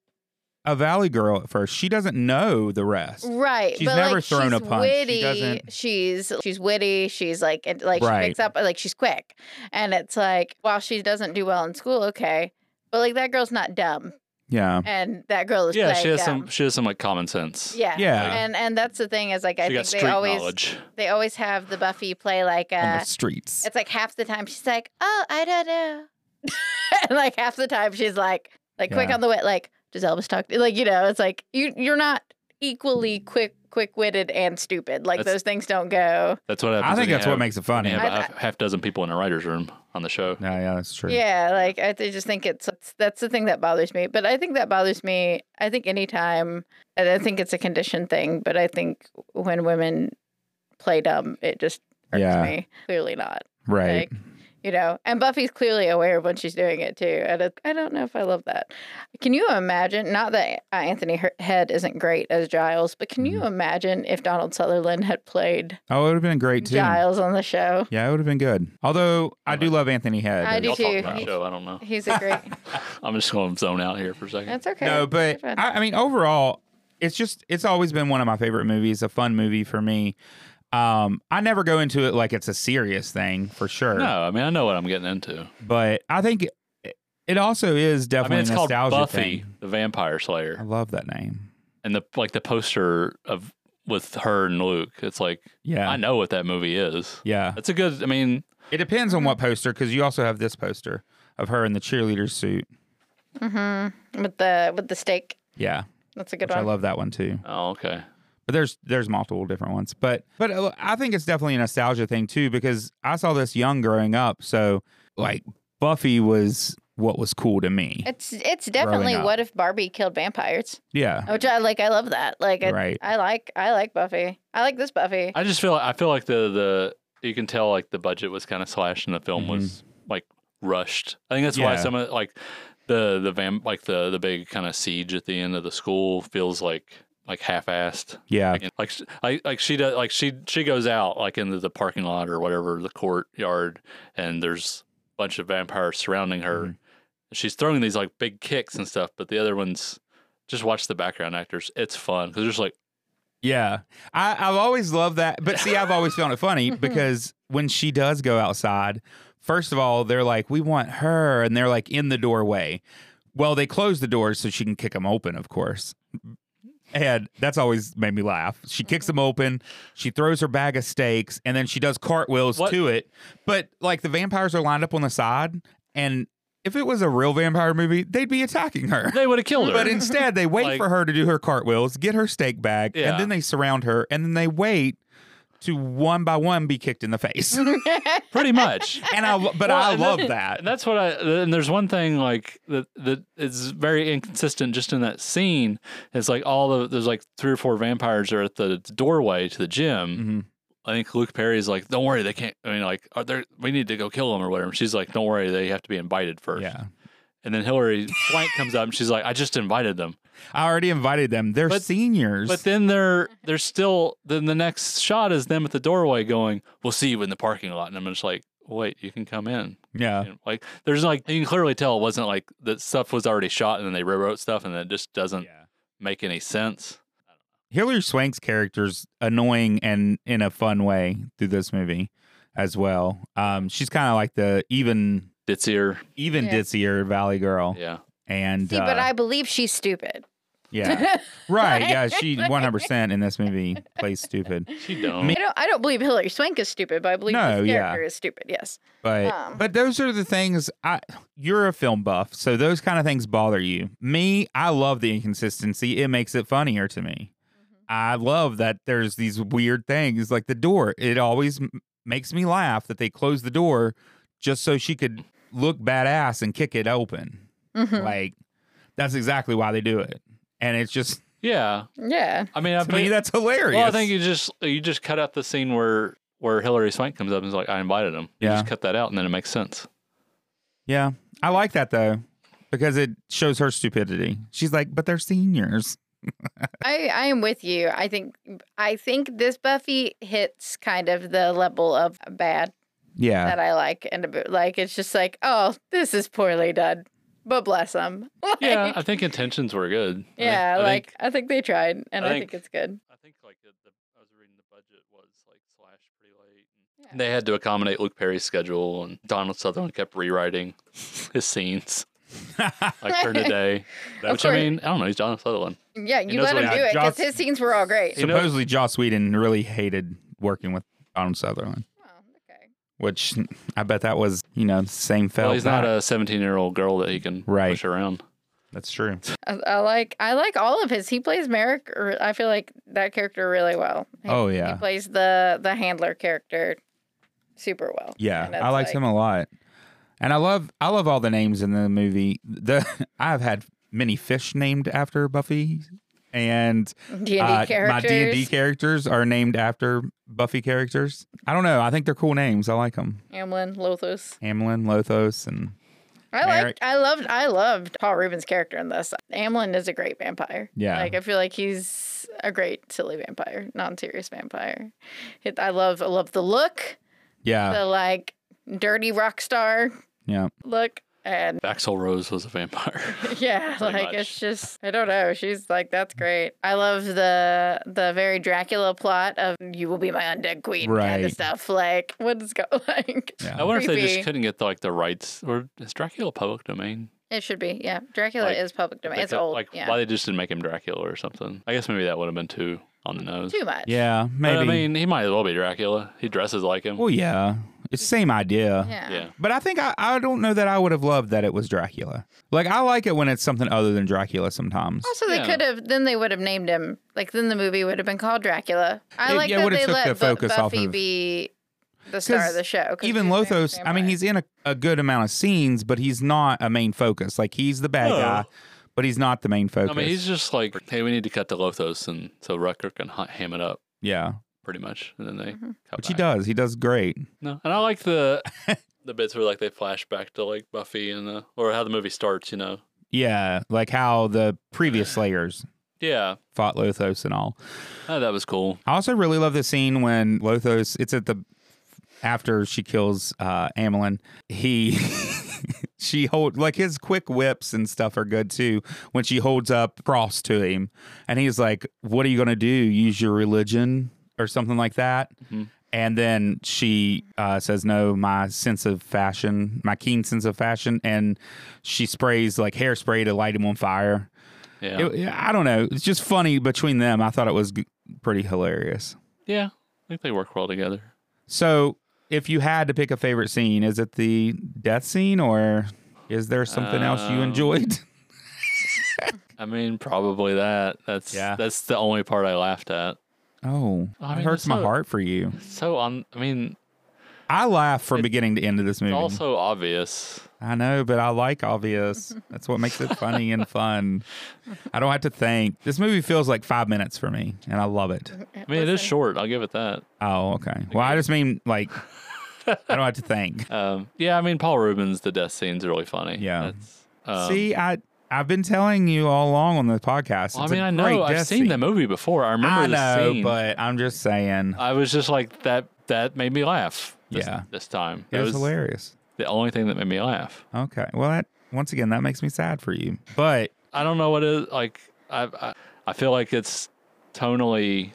B: a valley girl at first. She doesn't know the rest.
D: Right,
B: she's
D: but
B: never
D: like,
B: thrown
D: she's
B: a punch. She
D: Witty.
B: doesn't-
D: She's she's witty. She's like and, like
B: Right.
D: she picks up like she's quick, and it's like while she doesn't do well in school, okay, but like that girl's not dumb,
B: Yeah.
D: and that girl is
C: Yeah, she
D: playing
C: has
D: dumb.
C: some she has some like common sense.
D: Yeah.
B: Yeah.
D: And and that's the thing is like I
C: she got
D: think
C: street
D: they always
C: knowledge.
D: they always have the Buffy play like
B: on the
D: uh
B: streets.
D: it's like half the time she's like, "Oh, I don't know." and like half the time she's like like quick
B: Yeah.
D: on the wit like does Elvis talk to-" like you know, it's like you you're not equally
B: Mm.
D: quick quick-witted and stupid. Like
C: That's-
D: those things don't go.
C: That's what happens.
B: I think
C: when you
B: that's what
C: have-
B: makes it
C: when
B: funny.
C: you
B: Yeah,
C: have a
D: I-
C: half, half dozen people in a writer's room on the show.
B: yeah, that's true.
D: Yeah, like I, I just think it's it's- that's the thing that bothers me. But I think that bothers me. I think anytime, and I think it's a condition thing. But I think when women play dumb. It just irks
B: Yeah.
D: me. Clearly not.
B: Right.
D: Like, you know, and Buffy's clearly aware of when she's doing it too. And it, I don't know if I love that. Can you imagine? Not that uh, Anthony Her- Head isn't great as Giles, but can you
B: Mm-hmm.
D: imagine if Donald Sutherland had played
B: Oh, it would have been great too.
D: Giles on the show?
B: Yeah, it would have been good. Although I do love Anthony Head.
D: I do
C: Y'all talk
D: too.
C: about the show. I don't know.
D: He's a great.
C: I'm just going to zone out here for a second.
D: That's okay.
B: No, but
D: Fine.
B: I, I mean, overall, it's just it's always been one of my favorite movies. A fun movie for me. Um, I never go into it like it's a serious thing for sure.
C: No, I mean I know what I'm getting into.
B: But I think it- it also is
C: I
B: definitely
C: mean it's
B: a
C: called
B: nostalgia
C: Buffy
B: thing.
C: the Vampire
B: I
C: Slayer,
B: love that name.
C: and the like the poster of with her and Luke. It's like
B: Yeah.
C: I know what that movie is.
B: Yeah.
C: That's a good. I mean,
B: It depends on what poster because you also have this poster of her in the cheerleader suit.
D: Mm-hmm. With the with the steak.
B: Yeah,
D: That's a good
B: which I
D: one.
B: love that one too.
C: oh okay.
B: But there's there's multiple different ones. But but uh, I think it's definitely a nostalgia thing too because I saw this young growing up. So like Buffy was what was cool to me.
D: It's it's definitely
B: up.
D: what if Barbie killed vampires?
B: yeah.
D: Which I like. I love that. Like I,
B: Right.
D: I like I like Buffy. I like this Buffy.
C: I just feel I feel like the the you can tell like the budget was kind of slashed and the film was like rushed. I think that's why
B: Yeah.
C: some of like the the vam like the the big kind of siege at the end of the school feels like like half-assed.
B: Yeah.
C: Like, like, sh- like like she does like she she goes out like into the parking lot or whatever the courtyard and there's a bunch of vampires surrounding her.
B: Mhm.
C: She's throwing these like big kicks and stuff, but the other ones just watch the background actors. It's fun because there's like
B: Yeah. I, I've always loved that. But see, I've always found it funny because when she does go outside, first of all, they're like, we want her. And they're like in the doorway. Well, they close the doors so she can kick them open, of course. And that's always made me laugh. She kicks them open, she throws her bag of steaks, and then she does cartwheels
C: What-
B: to it. But like the vampires are lined up on the side. And if it was a real vampire movie, they'd be attacking her.
C: they would have killed her.
B: But instead, they wait
C: Like-
B: for her to do her cartwheels, get her steak bag,
C: Yeah.
B: and then they surround her, and then they wait to one by one be kicked in the face. and
C: pretty much.
B: I, lo- but
C: Well,
B: I
C: and
B: love
C: then-
B: that.
C: And that's what I. And there's one thing like that that is very inconsistent just in that scene. It's like all the there's like three or four vampires are at the doorway to the gym.
B: Mhm.
C: I think Luke Perry's like, "Don't worry, they can't." I mean, like, are there? We need to go kill them or whatever. And she's like, "Don't worry, they have to be invited first.
B: Yeah,
C: And then Hillary Swank comes up and she's like, "I just invited them."
B: I already invited them. They're
C: But-
B: seniors.
C: But then they're they're still. Then the next shot is them at the doorway going, "We'll see you in the parking lot." And I'm just like, "Wait, you can come in."
B: yeah,
C: You know, like there's like you can clearly tell it wasn't like the stuff was already shot and then they rewrote stuff and it just doesn't
B: yeah.
C: make any sense.
B: Hilary Swank's character's annoying and in a fun way through this movie as well. Um, she's kind of like the even
C: Ditzier,
B: even
D: Yeah.
B: ditzier Valley girl,
C: yeah,
B: and
D: See,
B: uh,
D: but I believe she's stupid.
B: yeah, right, yeah, she 100 percent in this movie plays stupid.
C: she don't.
D: I don't. I don't believe Hillary Swank is stupid, but I believe
B: No,
D: this
B: yeah.
D: character is stupid. Yes.
B: But
D: Um,
B: but those are the things I you're a film buff, so those kind of things bother you. Me, I love the inconsistency. It makes it funnier to me.
C: Mm-hmm.
B: I love that there's these weird things like the door. It always m- makes me laugh that they closed the door just so she could look badass and kick it open.
C: Hmm.
D: Mhm.
B: Like that's exactly why they do it. And it's just
C: yeah.
D: Yeah.
C: I mean, I
B: to me
C: think-
B: that's hilarious.
C: well, I think you just you just cut out the scene where where Hillary Swank comes up and is like, "I invited him." You
B: Yeah.
C: just cut that out and then it makes sense.
B: yeah, I like that though because it shows her stupidity. She's like, but they're seniors.
D: I, I am with you. I think I think this Buffy hits kind of the level of bad
B: Yeah,
D: that I like, and a bit- like it's just like, oh, this is poorly done, but bless them.
C: Yeah, I think intentions were good. I think-
D: yeah,
C: I
D: like
C: think,
D: I think they tried, and
C: I
D: I
C: think-
D: think, it's good.
C: I think like the, the, I was reading the budget was like slashed pretty late. And They had to accommodate Luke Perry's schedule, and Donald Sutherland kept rewriting his scenes like for today. Which I
D: course.
C: mean, I don't know. He's Donald Sutherland.
D: Yeah, you
C: knows
D: let him
C: what-
D: do it because
B: Joss-
D: his scenes were all great.
C: You know-
B: Supposedly, Joss Whedon really hated working with Donald Sutherland,
D: Oh, okay.
B: which I bet that was, you know, same felt.
C: Well, he's not a 17 year old girl that he can
B: Right.
C: push around.
B: That's true.
D: I, I like I like all of his. He plays Merrick. Or I feel like that character really well. He,
B: Oh,
D: he
B: yeah.
D: plays the the handler character super well.
B: Yeah,
D: And it's
B: I liked him a lot, and I love I love all the names in the movie. The I've had many fish named after Buffy and
D: D&D
B: uh, my
D: characters.
B: D&D characters are named after Buffy characters. I don't know. I think they're cool names. I like them.
D: Amlin, Lothos.
B: Hamlin, Lothos, and
D: I
B: Merrick.
D: liked, I loved, I loved Paul Rubin's character in this. Amlin is a great vampire.
B: Yeah.
D: like I feel like he's a great silly vampire, non-serious vampire. It, I love, I love the look,
B: yeah,
D: the like dirty rock star
B: yeah.
D: look, and
C: Axel Rose was a vampire.
D: yeah,
C: Pretty
D: like
C: much.
D: it's just, I don't know. She's like, that's great. I love the the very Dracula plot of you will be my undead queen kind of
B: Right.
D: stuff. Like, what is go like?
B: Yeah.
C: I wonder if they
D: Creepy.
C: just couldn't get the, like the rights. Or is Dracula public domain?
D: It should be, yeah. Dracula
C: Like,
D: is public domain.
C: They
D: It's
C: could-
D: old,
C: Like
D: yeah.
C: why they just didn't make him Dracula or something? I guess maybe that would have been too on the nose.
D: Too much.
B: Yeah,
C: But,
B: maybe.
C: I mean, he might as well be Dracula. He dresses like him.
B: well, yeah, it's the same idea.
D: Yeah.
C: yeah.
B: But I think I, I don't know that I would have loved that it was Dracula. Like I like it when it's something other than Dracula sometimes.
D: Also, they
C: Yeah.
D: could have. Then they would have named him. Like then the movie would have been called Dracula. I
B: It-
D: like
B: yeah, it
D: that
B: would've
D: they
B: took
D: let
B: the
D: Bu-
B: focus off
D: Buffy
B: of-
D: be the star of
B: 'Cause
D: the show. 'cause
B: Even
D: she's a
B: Lothos, I mean,
D: vampire.
B: he's in a, a good amount of scenes, but he's not a main focus. Like he's the bad
C: No.
B: guy, but he's not the main focus.
C: I mean, he's just like, hey, we need to cut to Lothos, and so Rucker can ha- ham it up
B: yeah,
C: pretty much, and then they
D: Mhm.
C: cut
B: which he
C: back.
B: does. He does great.
C: No, and I like the the bits where like they flash back to like Buffy and the or how the movie starts. You know,
B: Yeah, like how the previous Slayers
C: yeah,
B: fought Lothos and all.
C: oh, that was cool.
B: I also really love the scene when Lothos. It's at the after she kills uh, Amelin. He she hold like his quick whips and stuff are good too. When she holds up Frost to him, and he's like, "What are you gonna do? Use your religion or something like that."
C: Mhm.
B: And then she uh, says, "No, my sense of fashion, my keen sense of fashion," and she sprays like hairspray to light him on fire.
C: Yeah,
B: It- I don't know. It's just funny between them. I thought it was g- pretty hilarious.
C: yeah, I think they work well together.
B: So, if you had to pick a favorite scene, is it the death scene or is there something else you
C: Um,
B: enjoyed?
C: I mean, probably that. That's
B: Yeah.
C: that's the only part I laughed at.
B: Oh,
C: I
B: it
C: mean,
B: hurts
C: it's
B: my
C: not-
B: heart for you.
C: So on, I mean,
B: I laugh from beginning to end of this
C: it's
B: movie.
C: also obvious.
B: I know, but I like obvious. That's what makes it funny and fun. I don't have to think. This movie feels like five minutes for me, and I love it.
C: I mean, it is
D: Listen,
C: short. I'll give it that.
B: Oh, okay. Well, I just mean like I don't have to think.
C: Um, yeah, I mean, Paul Rubens, the death scene's really funny.
B: Yeah.
C: That's, um,
B: See, I I've been telling you all along on the podcast.
C: well, I
B: it's a
C: mean, I
B: great
C: know I've
B: death
C: seen the
B: scene.
C: movie before. I remember
B: I
C: the
B: know,
C: scene. Oh,
B: but I'm just saying
C: I was just like that. That made me laugh. This,
B: Yeah.
C: this time
B: it was hilarious.
C: the only thing that made me laugh.
B: Okay, well, that once again that makes me sad for you, but
C: I don't know what it is like. I I, I feel like it's tonally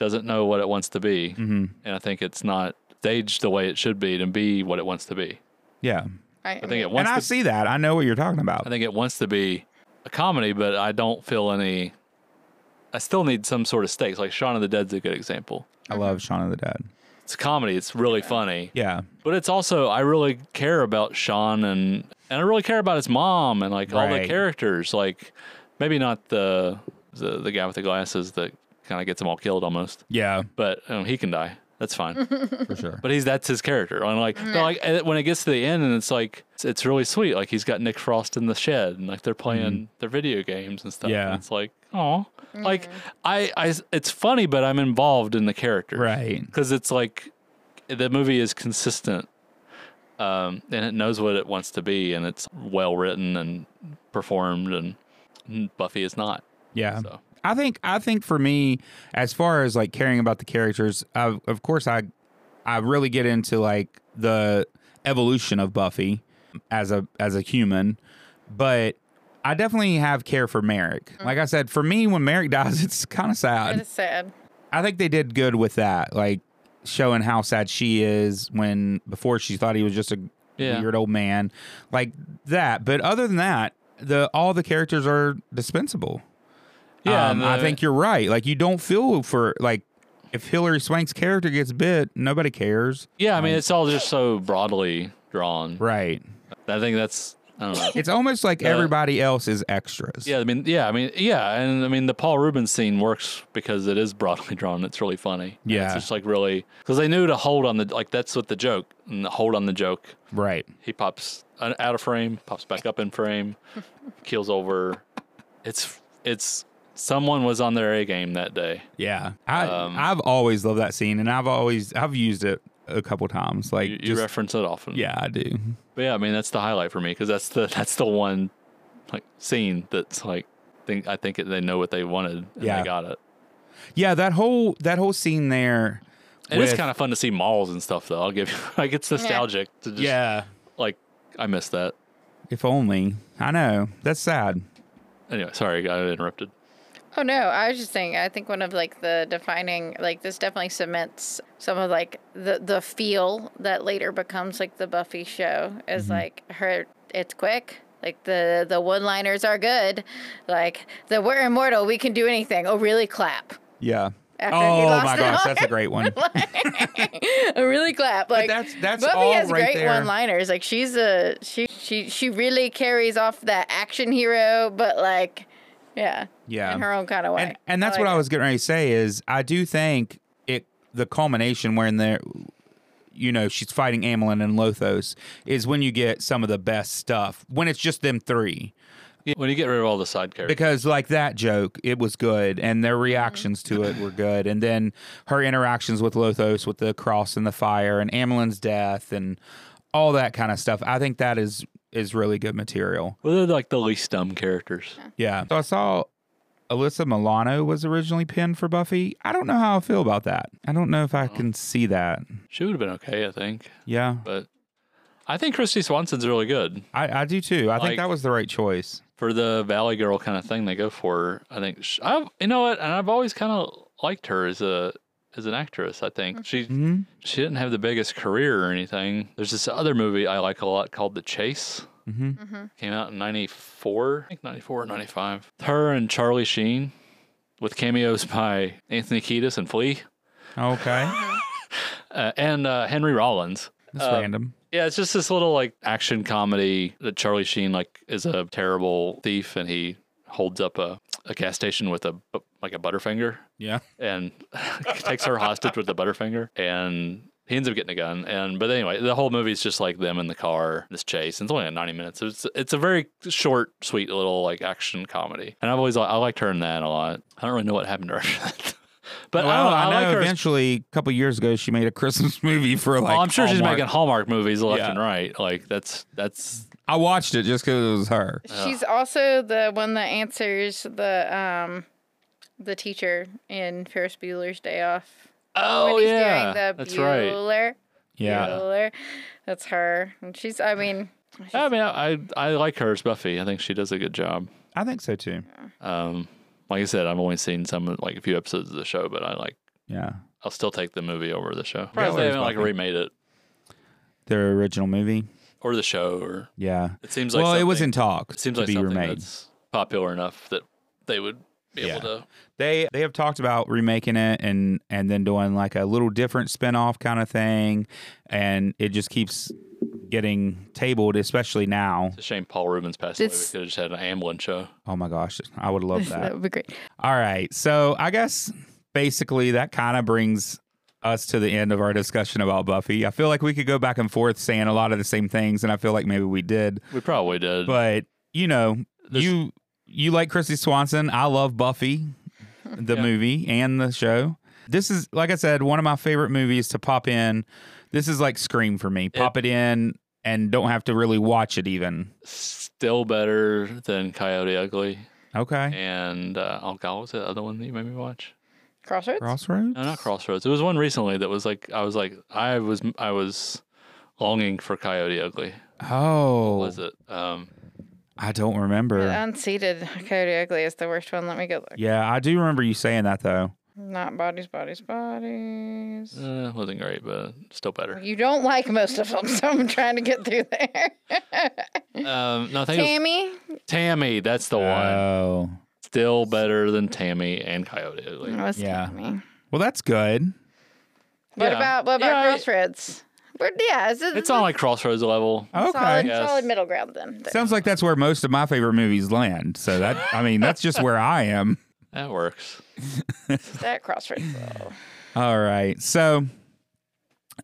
C: doesn't know what it wants to be,
B: mhm,
C: and I think it's not staged the way it should be to be what it wants to be.
B: yeah,
D: I,
C: I think it
B: and
C: wants.
B: I
C: to,
B: see that. I know what you're talking about.
C: I think it wants to be a comedy, but I don't feel any. I still need some sort of stakes. Like Shaun of the Dead's a good example.
B: I love Shaun of the Dead.
C: It's a comedy. It's really funny.
B: Yeah,
C: But it's also I really care about Sean and and I really care about his mom and like all
B: Right.
C: the characters. Like maybe not the the, the guy with the glasses that kind of gets them all killed almost,
B: yeah,
C: but um, he can die. That's fine.
B: for sure.
C: but he's that's his character. And like but, like and when it gets to the end and it's like it's, it's really sweet. Like he's got Nick Frost in the shed and like they're playing their video games and stuff.
B: Mm-hmm. Yeah.
C: And it's like oh like I I it's funny, but I'm involved in the character
B: right.
C: because it's like the movie is consistent um, and it knows what it wants to be and it's well written and performed and buffy is not
B: Yeah.
C: so
B: I think I think for me, as far as like caring about the characters, I, of course I I really get into like the evolution of Buffy as a as a human, but I definitely have care for Merrick. Like I said, for me, when Merrick dies, it's kind of sad.
D: It's sad.
B: I think they did good with that, like showing how sad she is when before she thought he was just a
C: Yeah.
B: weird old man, like that. But other than that, the all the characters are dispensable.
C: Yeah,
B: Um,
C: and
B: I
C: the-
B: think you're right. Like you don't feel for like if Hillary Swank's character gets bit, nobody cares.
C: yeah i mean it's all just so broadly drawn
B: Right.
C: i think that's i don't know
B: It's almost like
C: The-
B: everybody else is extras.
C: yeah i mean yeah i mean yeah and i mean the paul rubens scene works because it is broadly drawn it's really funny And
B: Yeah.
C: it's just like really because they knew to hold on the like that's what the joke and the hold on the joke
B: Right.
C: he pops out of frame, pops back up in frame, keels over. It's it's Someone was on their A game that day.
B: Yeah, I
C: Um,
B: I've always loved that scene, and I've always I've used it a couple times. Like
C: You, you
B: just
C: reference it often.
B: yeah, I do.
C: But yeah, I mean that's the highlight for me because that's the that's the one like scene that's like think I think it, they know what they wanted and
B: Yeah.
C: they got it.
B: Yeah, that whole that whole scene there.
C: It is kind of fun to see malls and stuff though. I'll give you like it's nostalgic to just
B: yeah.
C: like I missed that.
B: If only I know that's sad.
C: Anyway, sorry, I got interrupted.
D: Oh no, I was just saying. I think one of like the defining, like this definitely cements some of like the the feel that later becomes like the Buffy show is
B: Mm-hmm.
D: like her. It's quick. Like the the one liners are good. Like the we're immortal, we can do anything. Oh really? Clap.
B: Yeah.
D: After he
B: oh
D: lost
B: my
D: it
B: gosh,
D: all.
B: that's a great one.
D: Oh really? Clap. Like
B: that's- that's
D: Buffy
B: all
D: has
B: right
D: great
B: there.
D: one liners. Like she's a she she she really carries off that action hero, but like yeah,
B: Yeah.
D: in her own kind of way.
B: and and that's
D: like
B: what I
D: it.
B: was getting ready to say is I do think it the culmination when there you know she's fighting Amelin and Lothos is when you get some of the best stuff when it's just them three
C: When you get rid of all the side characters,
B: because like that joke it was good and their reactions to it were good and then her interactions with Lothos with the cross and the fire and Amelin's death and all that kind of stuff I think that is is really good material
C: well, they're like the least dumb characters.
B: yeah so I saw Alyssa Milano was originally pinned for Buffy. I don't know how I feel about that. I don't know if I can see that.
C: She would have been okay, I think.
B: Yeah,
C: But I think Christy Swanson's really good
B: I, I do too. I think
C: Like-
B: that was the right choice.
C: for the Valley Girl kind of thing they go for. I think sh I, you know what, and I've always kind of liked her as a as an actress. I think she
B: hmm
C: she didn't have the biggest career or anything. There's this other movie I like a lot called The Chase.
B: hmm
C: Came out in '94, I think '94 or '95. Her and Charlie Sheen, with cameos by Anthony Kiedis and Flea,
B: Okay,
C: uh, and uh, Henry Rollins.
B: that's
C: Uh,
B: random.
C: Yeah, it's just this little like action comedy that Charlie Sheen like is a terrible thief and he holds up a, a gas station with a bu- like a butterfinger
B: Yeah,
C: and takes her hostage with the butterfinger and he ends up getting a gun and but anyway the whole movie's just like them in the car this chase and it's only like 90 minutes it's it's a very short sweet little like action comedy and i've always li- i liked her in that a lot i don't really know what happened to her after that but I,
B: Well,
C: don't,
B: I,
C: I,
B: know.
C: like her as-
B: eventually, a couple years ago, she made a Christmas movie for like.
C: well, i'm sure she's
B: Hallmark.
C: making hallmark movies left
B: Yeah.
C: and right like that's that's
B: I watched it just because it was her.
D: She's also the one that answers the um the teacher in Ferris Bueller's Day Off.
C: Oh
D: he's
C: yeah,
D: doing the
C: that's right.
D: Bueller.
B: Yeah,
D: Bueller. That's her. And she's I mean
C: I mean, I I like her as Buffy. I think she does a good job.
B: I think so too.
C: Um, like I said, I've only seen some of- like a few episodes of the show, but I like
B: Yeah,
C: I'll still take the movie over the show. Surprised
B: where's
C: they haven't like
B: Buffy?
C: remade it
B: their original movie.
C: or the show or
B: Yeah.
C: it seems like
B: Well, it was
C: something-
B: in talk.
C: it seems
B: to
C: like
B: be
C: something
B: remade.
C: that's popular enough that they would be
B: Yeah.
C: able to.
B: They they have talked about remaking it and and then doing like a little different spin-off kind of thing and it just keeps getting tabled especially now.
C: It's a shame Paul Rubens passed away. We
D: It's-
C: could have just had an Amblin show.
B: Oh my gosh, I would love that.
D: would be great.
B: All right. So, I guess basically that kind of brings us to the end of our discussion about Buffy. I feel like we could go back and forth saying a lot of the same things and I feel like maybe we did.
C: We probably did.
B: But, you know,
C: This-
B: you you like Christy Swanson. I love Buffy, the
C: Yeah.
B: movie and the show. This is, like I said, one of my favorite movies to pop in. This is like Scream for me. Pop it, in and don't have to really watch it even.
C: Still better than Coyote Ugly
B: Okay.
C: and uh, oh god, what was the other one that you made me watch?
D: Crossroads?
B: Crossroads?
C: No, not Crossroads. It was one recently that was like I was like I was I was longing for Coyote Ugly.
B: Oh.
C: Was it? Um,
B: I don't remember.
D: The unseated Coyote Ugly is the worst one. Let me go look.
B: Yeah, I do remember you saying that though.
D: Not bodies, bodies, bodies.
C: uh, wasn't great, but still better.
D: You don't like most of them, so I'm trying to get through there.
C: Um, no, I think it
D: Tammy,
C: was Tammy. That's the one.
B: Oh.
C: Still better than Tammy and Coyote Ugly.
D: It was
B: Yeah.
D: Tammy.
B: Well, that's good.
D: What
C: Yeah.
D: about what about
C: Yeah, I-
D: Crossroads? We're, yeah, it's,
C: It's on like Crossroads level.
B: Okay.
D: solid,
C: Yes.
D: solid middle ground then. There.
B: Sounds like that's where most of my favorite movies land. So that I mean, that's just where I am.
C: That works.
D: Is that Crossroads. though?
B: All right. So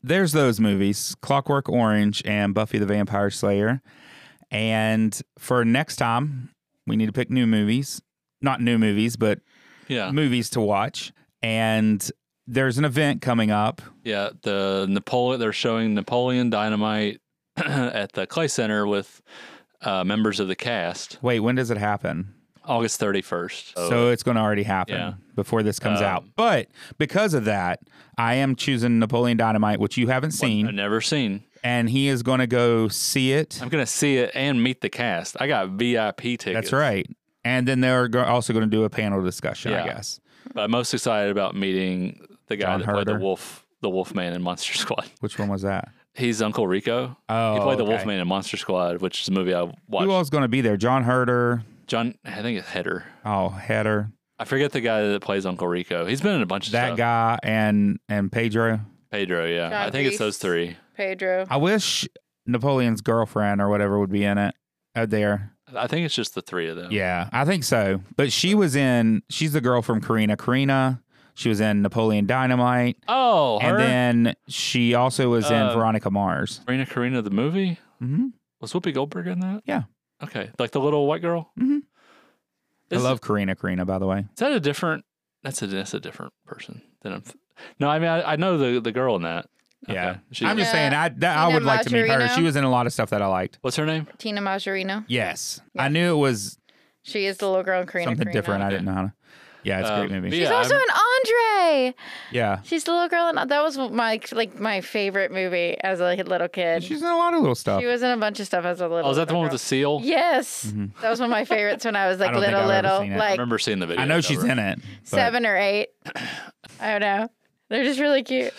B: there's those movies, Clockwork Orange and Buffy the Vampire Slayer. And for next time, we need to pick new movies. not new movies, but
C: Yeah.
B: movies to watch. And there's an event coming up.
C: Yeah, the Napoleon. They're showing Napoleon Dynamite at the Clay Center with uh, members of the cast,
B: Wait, when does it happen?
C: August thirty first.
B: So it's going to already happen
C: Yeah.
B: before this comes
C: Um,
B: out. But because of that, I am choosing Napoleon Dynamite, which you haven't
C: I've
B: seen,
C: never seen.
B: and he is going to go see it.
C: I'm gonna see it and meet the cast. I got VIP tickets.
B: That's right. And then they're go- also going to do a panel discussion, I
C: Yeah.
B: guess,
C: But I'm most excited about meeting the guy
B: John
C: that played
B: Herder.
C: the wolf, the Wolfman in Monster Squad.
B: which one was that?
C: He's Uncle Rico.
B: Oh,
C: he played the
B: okay.
C: Wolfman in Monster Squad, which is a movie I watched.
B: Who all's going to be there? John Herder.
C: John, I think it's Header.
B: Oh, Header.
C: I forget the guy that plays Uncle Rico. He's been in a bunch of
B: That
C: stuff.
B: guy and and Pedro.
C: Pedro. Yeah,
D: John
C: I think it's those three.
D: Kreese. Pedro.
B: I wish Napoleon's girlfriend or whatever would be in it out there.
C: I think it's just the three of them.
B: Yeah, I think so. But she was in. She's the girl from Karina. Karina. She was in Napoleon Dynamite,
C: Oh, her?
B: and then she also was in
C: Uh,
B: Veronica Mars.
C: Marina Karina the movie
B: hmm
C: was Whoopi Goldberg in that?
B: Yeah.
C: Okay, like the little white girl.
B: Mhm. I
C: Is-
B: love Karina. Karina, by the way.
C: Is that a different? That's a that's a different person than I'm. No, I mean I, I know the the girl in that.
B: Yeah,
C: Okay. She,
B: I'm just
D: Yeah.
B: saying. I that, I
D: Tina
B: would like to meet her.
D: Majorino?
B: She was in a lot of stuff that I liked.
C: what's her name?
D: Tina Majorino.
B: Yes,
D: Yeah.
B: I knew it was
D: She is the little girl in Karina.
B: something
D: Karina.
B: different. I didn't know how to. Yeah, it's a great
C: Um,
B: movie.
C: yeah,
D: She's also
C: I'm-
D: in Andre.
B: Yeah,
D: She's the little girl, and that was my like my favorite movie as a little kid.
B: she's in a lot of little stuff.
D: she was in a bunch of stuff as a little.
C: Oh, is that the one with the seal?
D: girl. Yes,
B: Mhm.
D: that was one of my favorites when I was like
B: don't think
D: little,
B: I've ever
D: little,
B: seen it. I
C: I
D: like
C: remember seeing the video.
B: I know she's in it. but-
D: seven or eight. I don't know. They're just really cute.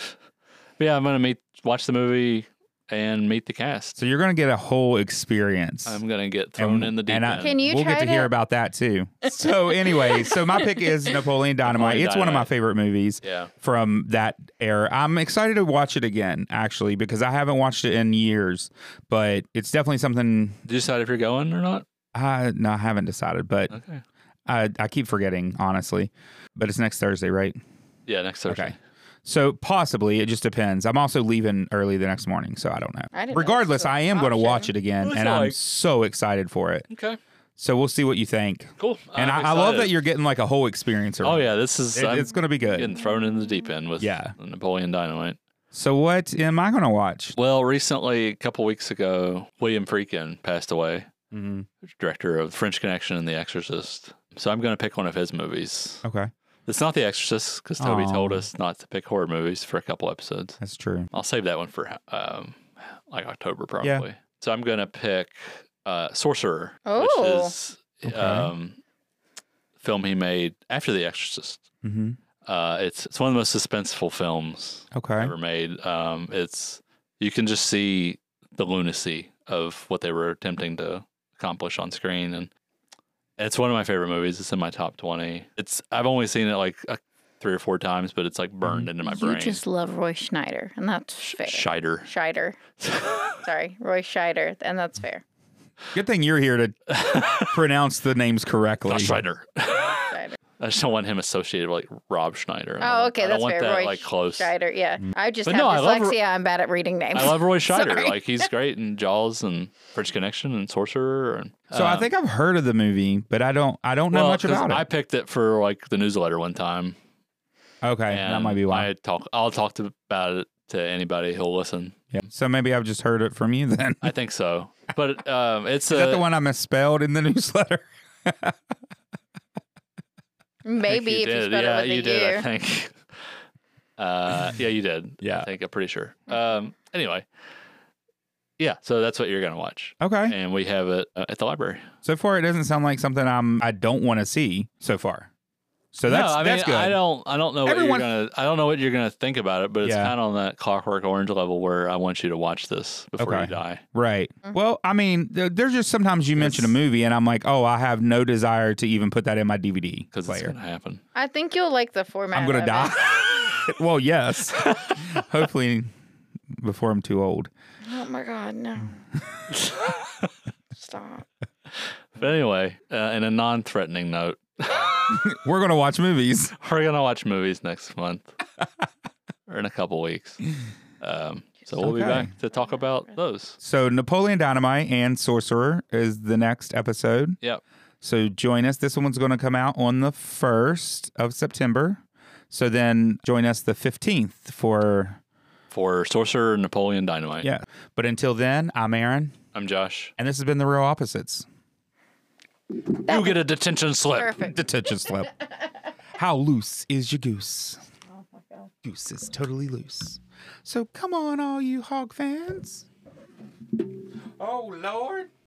C: Yeah, I'm gonna meet, watch the movie, and meet the cast.
B: So you're gonna get a whole experience.
C: I'm gonna get thrown in the deep
B: and I-
C: end.
D: Can you
B: we'll
D: try
B: get to hear
D: to-
B: about that too. So anyway, so my pick is Napoleon Dynamite.
C: Napoleon
B: it's one of my
C: Dynamite.
B: favorite movies
C: yeah,
B: from that era. I'm excited to watch it again, actually, because I haven't watched it in years. But it's definitely something
C: did you decide if you're going or not?
B: I no, I haven't decided, but
C: Okay.
B: I, I keep forgetting, honestly. But it's next Thursday, right?
C: Yeah, next Thursday.
B: Okay. So possibly it just depends. I'm also leaving early the next morning, so I don't know.
D: I didn't know this
B: Regardless,
D: was an
B: I am going to
D: option.
B: watch it again,
C: It's
B: and I'm
C: like-
B: so excited for it.
C: Okay.
B: So we'll see what you think.
C: Cool.
B: And
C: I'm
B: I, I love
C: excited.
B: that you're getting like a whole experience.
C: Oh
B: around it.
C: yeah, this is.
B: It-
C: I'm
B: it's going to be good.
C: getting thrown in the deep end with
B: Yeah.
C: Napoleon Dynamite.
B: So what am I going to watch?
C: Well, recently, a couple weeks ago, William Freakin passed away,
B: Mm,
C: director of French Connection and The Exorcist. So I'm going to pick one of his movies.
B: okay,
C: It's not The Exorcist because Toby
B: Aw.
C: told us not to pick horror movies for a couple episodes.
B: that's true.
C: I'll save that one for um, like October probably. So I'm going to pick uh, Sorcerer, which
D: Oh.
C: is
B: Okay.
C: um, film he made after The Exorcist.
B: hmm
C: Uh, it's it's one of the most suspenseful films
B: Okay,
C: ever made. Um, it's you can just see the lunacy of what they were attempting to accomplish on screen, and it's one of my favorite movies. It's in my top twenty. It's I've only seen it like uh, three or four times, but it's like
B: Mm-hmm.
C: burned into my
D: you
C: brain.
D: just love Roy Schneider, and that's fair.
C: Scheider.
D: Scheider. Sorry, Roy Scheider, and that's fair.
B: good thing you're here to pronounce the names correctly.
C: Not Scheider. I
D: Scheider.
C: just don't want him associated with like Rob Schneider. I
D: Oh,
C: don't-
D: okay,
C: I don't
D: that's
C: want
D: fair.
C: that
D: Roy
C: like close.
D: Scheider, yeah. I just
C: Mm. But
D: have
C: no, I love Ro-
D: dyslexia. I'm bad at reading names.
C: I love Roy Scheider.
D: Sorry.
C: Like he's great in Jaws and French Connection and Sorcerer. And,
B: So I
C: um,
B: think I've heard of the movie, but I don't. I don't know
C: well,
B: much
C: 'cause
B: about
C: I
B: it.
C: picked it for like the newsletter one time.
B: okay, that
C: and
B: might be why.
C: I talk. I'll talk to, about it to anybody who'll listen.
B: yeah. So maybe I've just heard it from you then.
C: I think so. But um, it's
B: Is
C: a,
B: that the one I misspelled in the newsletter?
C: I think
D: Maybe if you spell
C: yeah,
D: it with a
C: you did.
D: U.
C: I think. Uh, yeah, you did.
B: Yeah.
C: I think I'm pretty sure. Um, anyway, yeah. So that's what you're gonna watch,
B: Okay.
C: and we have it uh, at the library.
B: So far, it doesn't sound like something I'm. I don't want to see so far. So
C: No,
B: that's
C: I mean,
B: that's good.
C: I don't. I don't know. What
B: Everyone-
C: you're gonna, I don't know what you're gonna think about it, but it's
B: Yeah.
C: kind of on that Clockwork Orange level where I want you to watch this before
B: Okay.
C: you die.
B: Right.
D: Mhm.
B: Well, I mean, there- there's just sometimes you mention a
C: It's-
B: movie and I'm like, oh, I have no desire to even put that in my DVD
C: Because it's
B: player.
C: gonna happen.
D: I think you'll like the format.
B: I'm gonna
D: of
B: die.
D: it.
B: well, yes. Hopefully, before I'm too old.
D: Oh my god, no. Stop.
C: But anyway, uh, in a non-threatening note,
B: We're gonna watch movies.
C: we're gonna watch movies next month or in a couple weeks. Um, so we'll be
B: Okay.
C: back to talk about those.
B: So Napoleon Dynamite and Sorcerer is the next episode.
C: Yep.
B: So join us. This one's going to come out on the 1st of September. So then join us the 15th for,
C: for Sorcerer Napoleon Dynamite.
B: yeah. But until then, I'm Aaron,
C: I'm Josh.
B: and this has been The Real Opposites
C: You get a detention slip.
D: Perfect.
B: Detention Slip. How loose is your goose? Goose is totally loose. So come on, all you hog fans. Oh, Lord.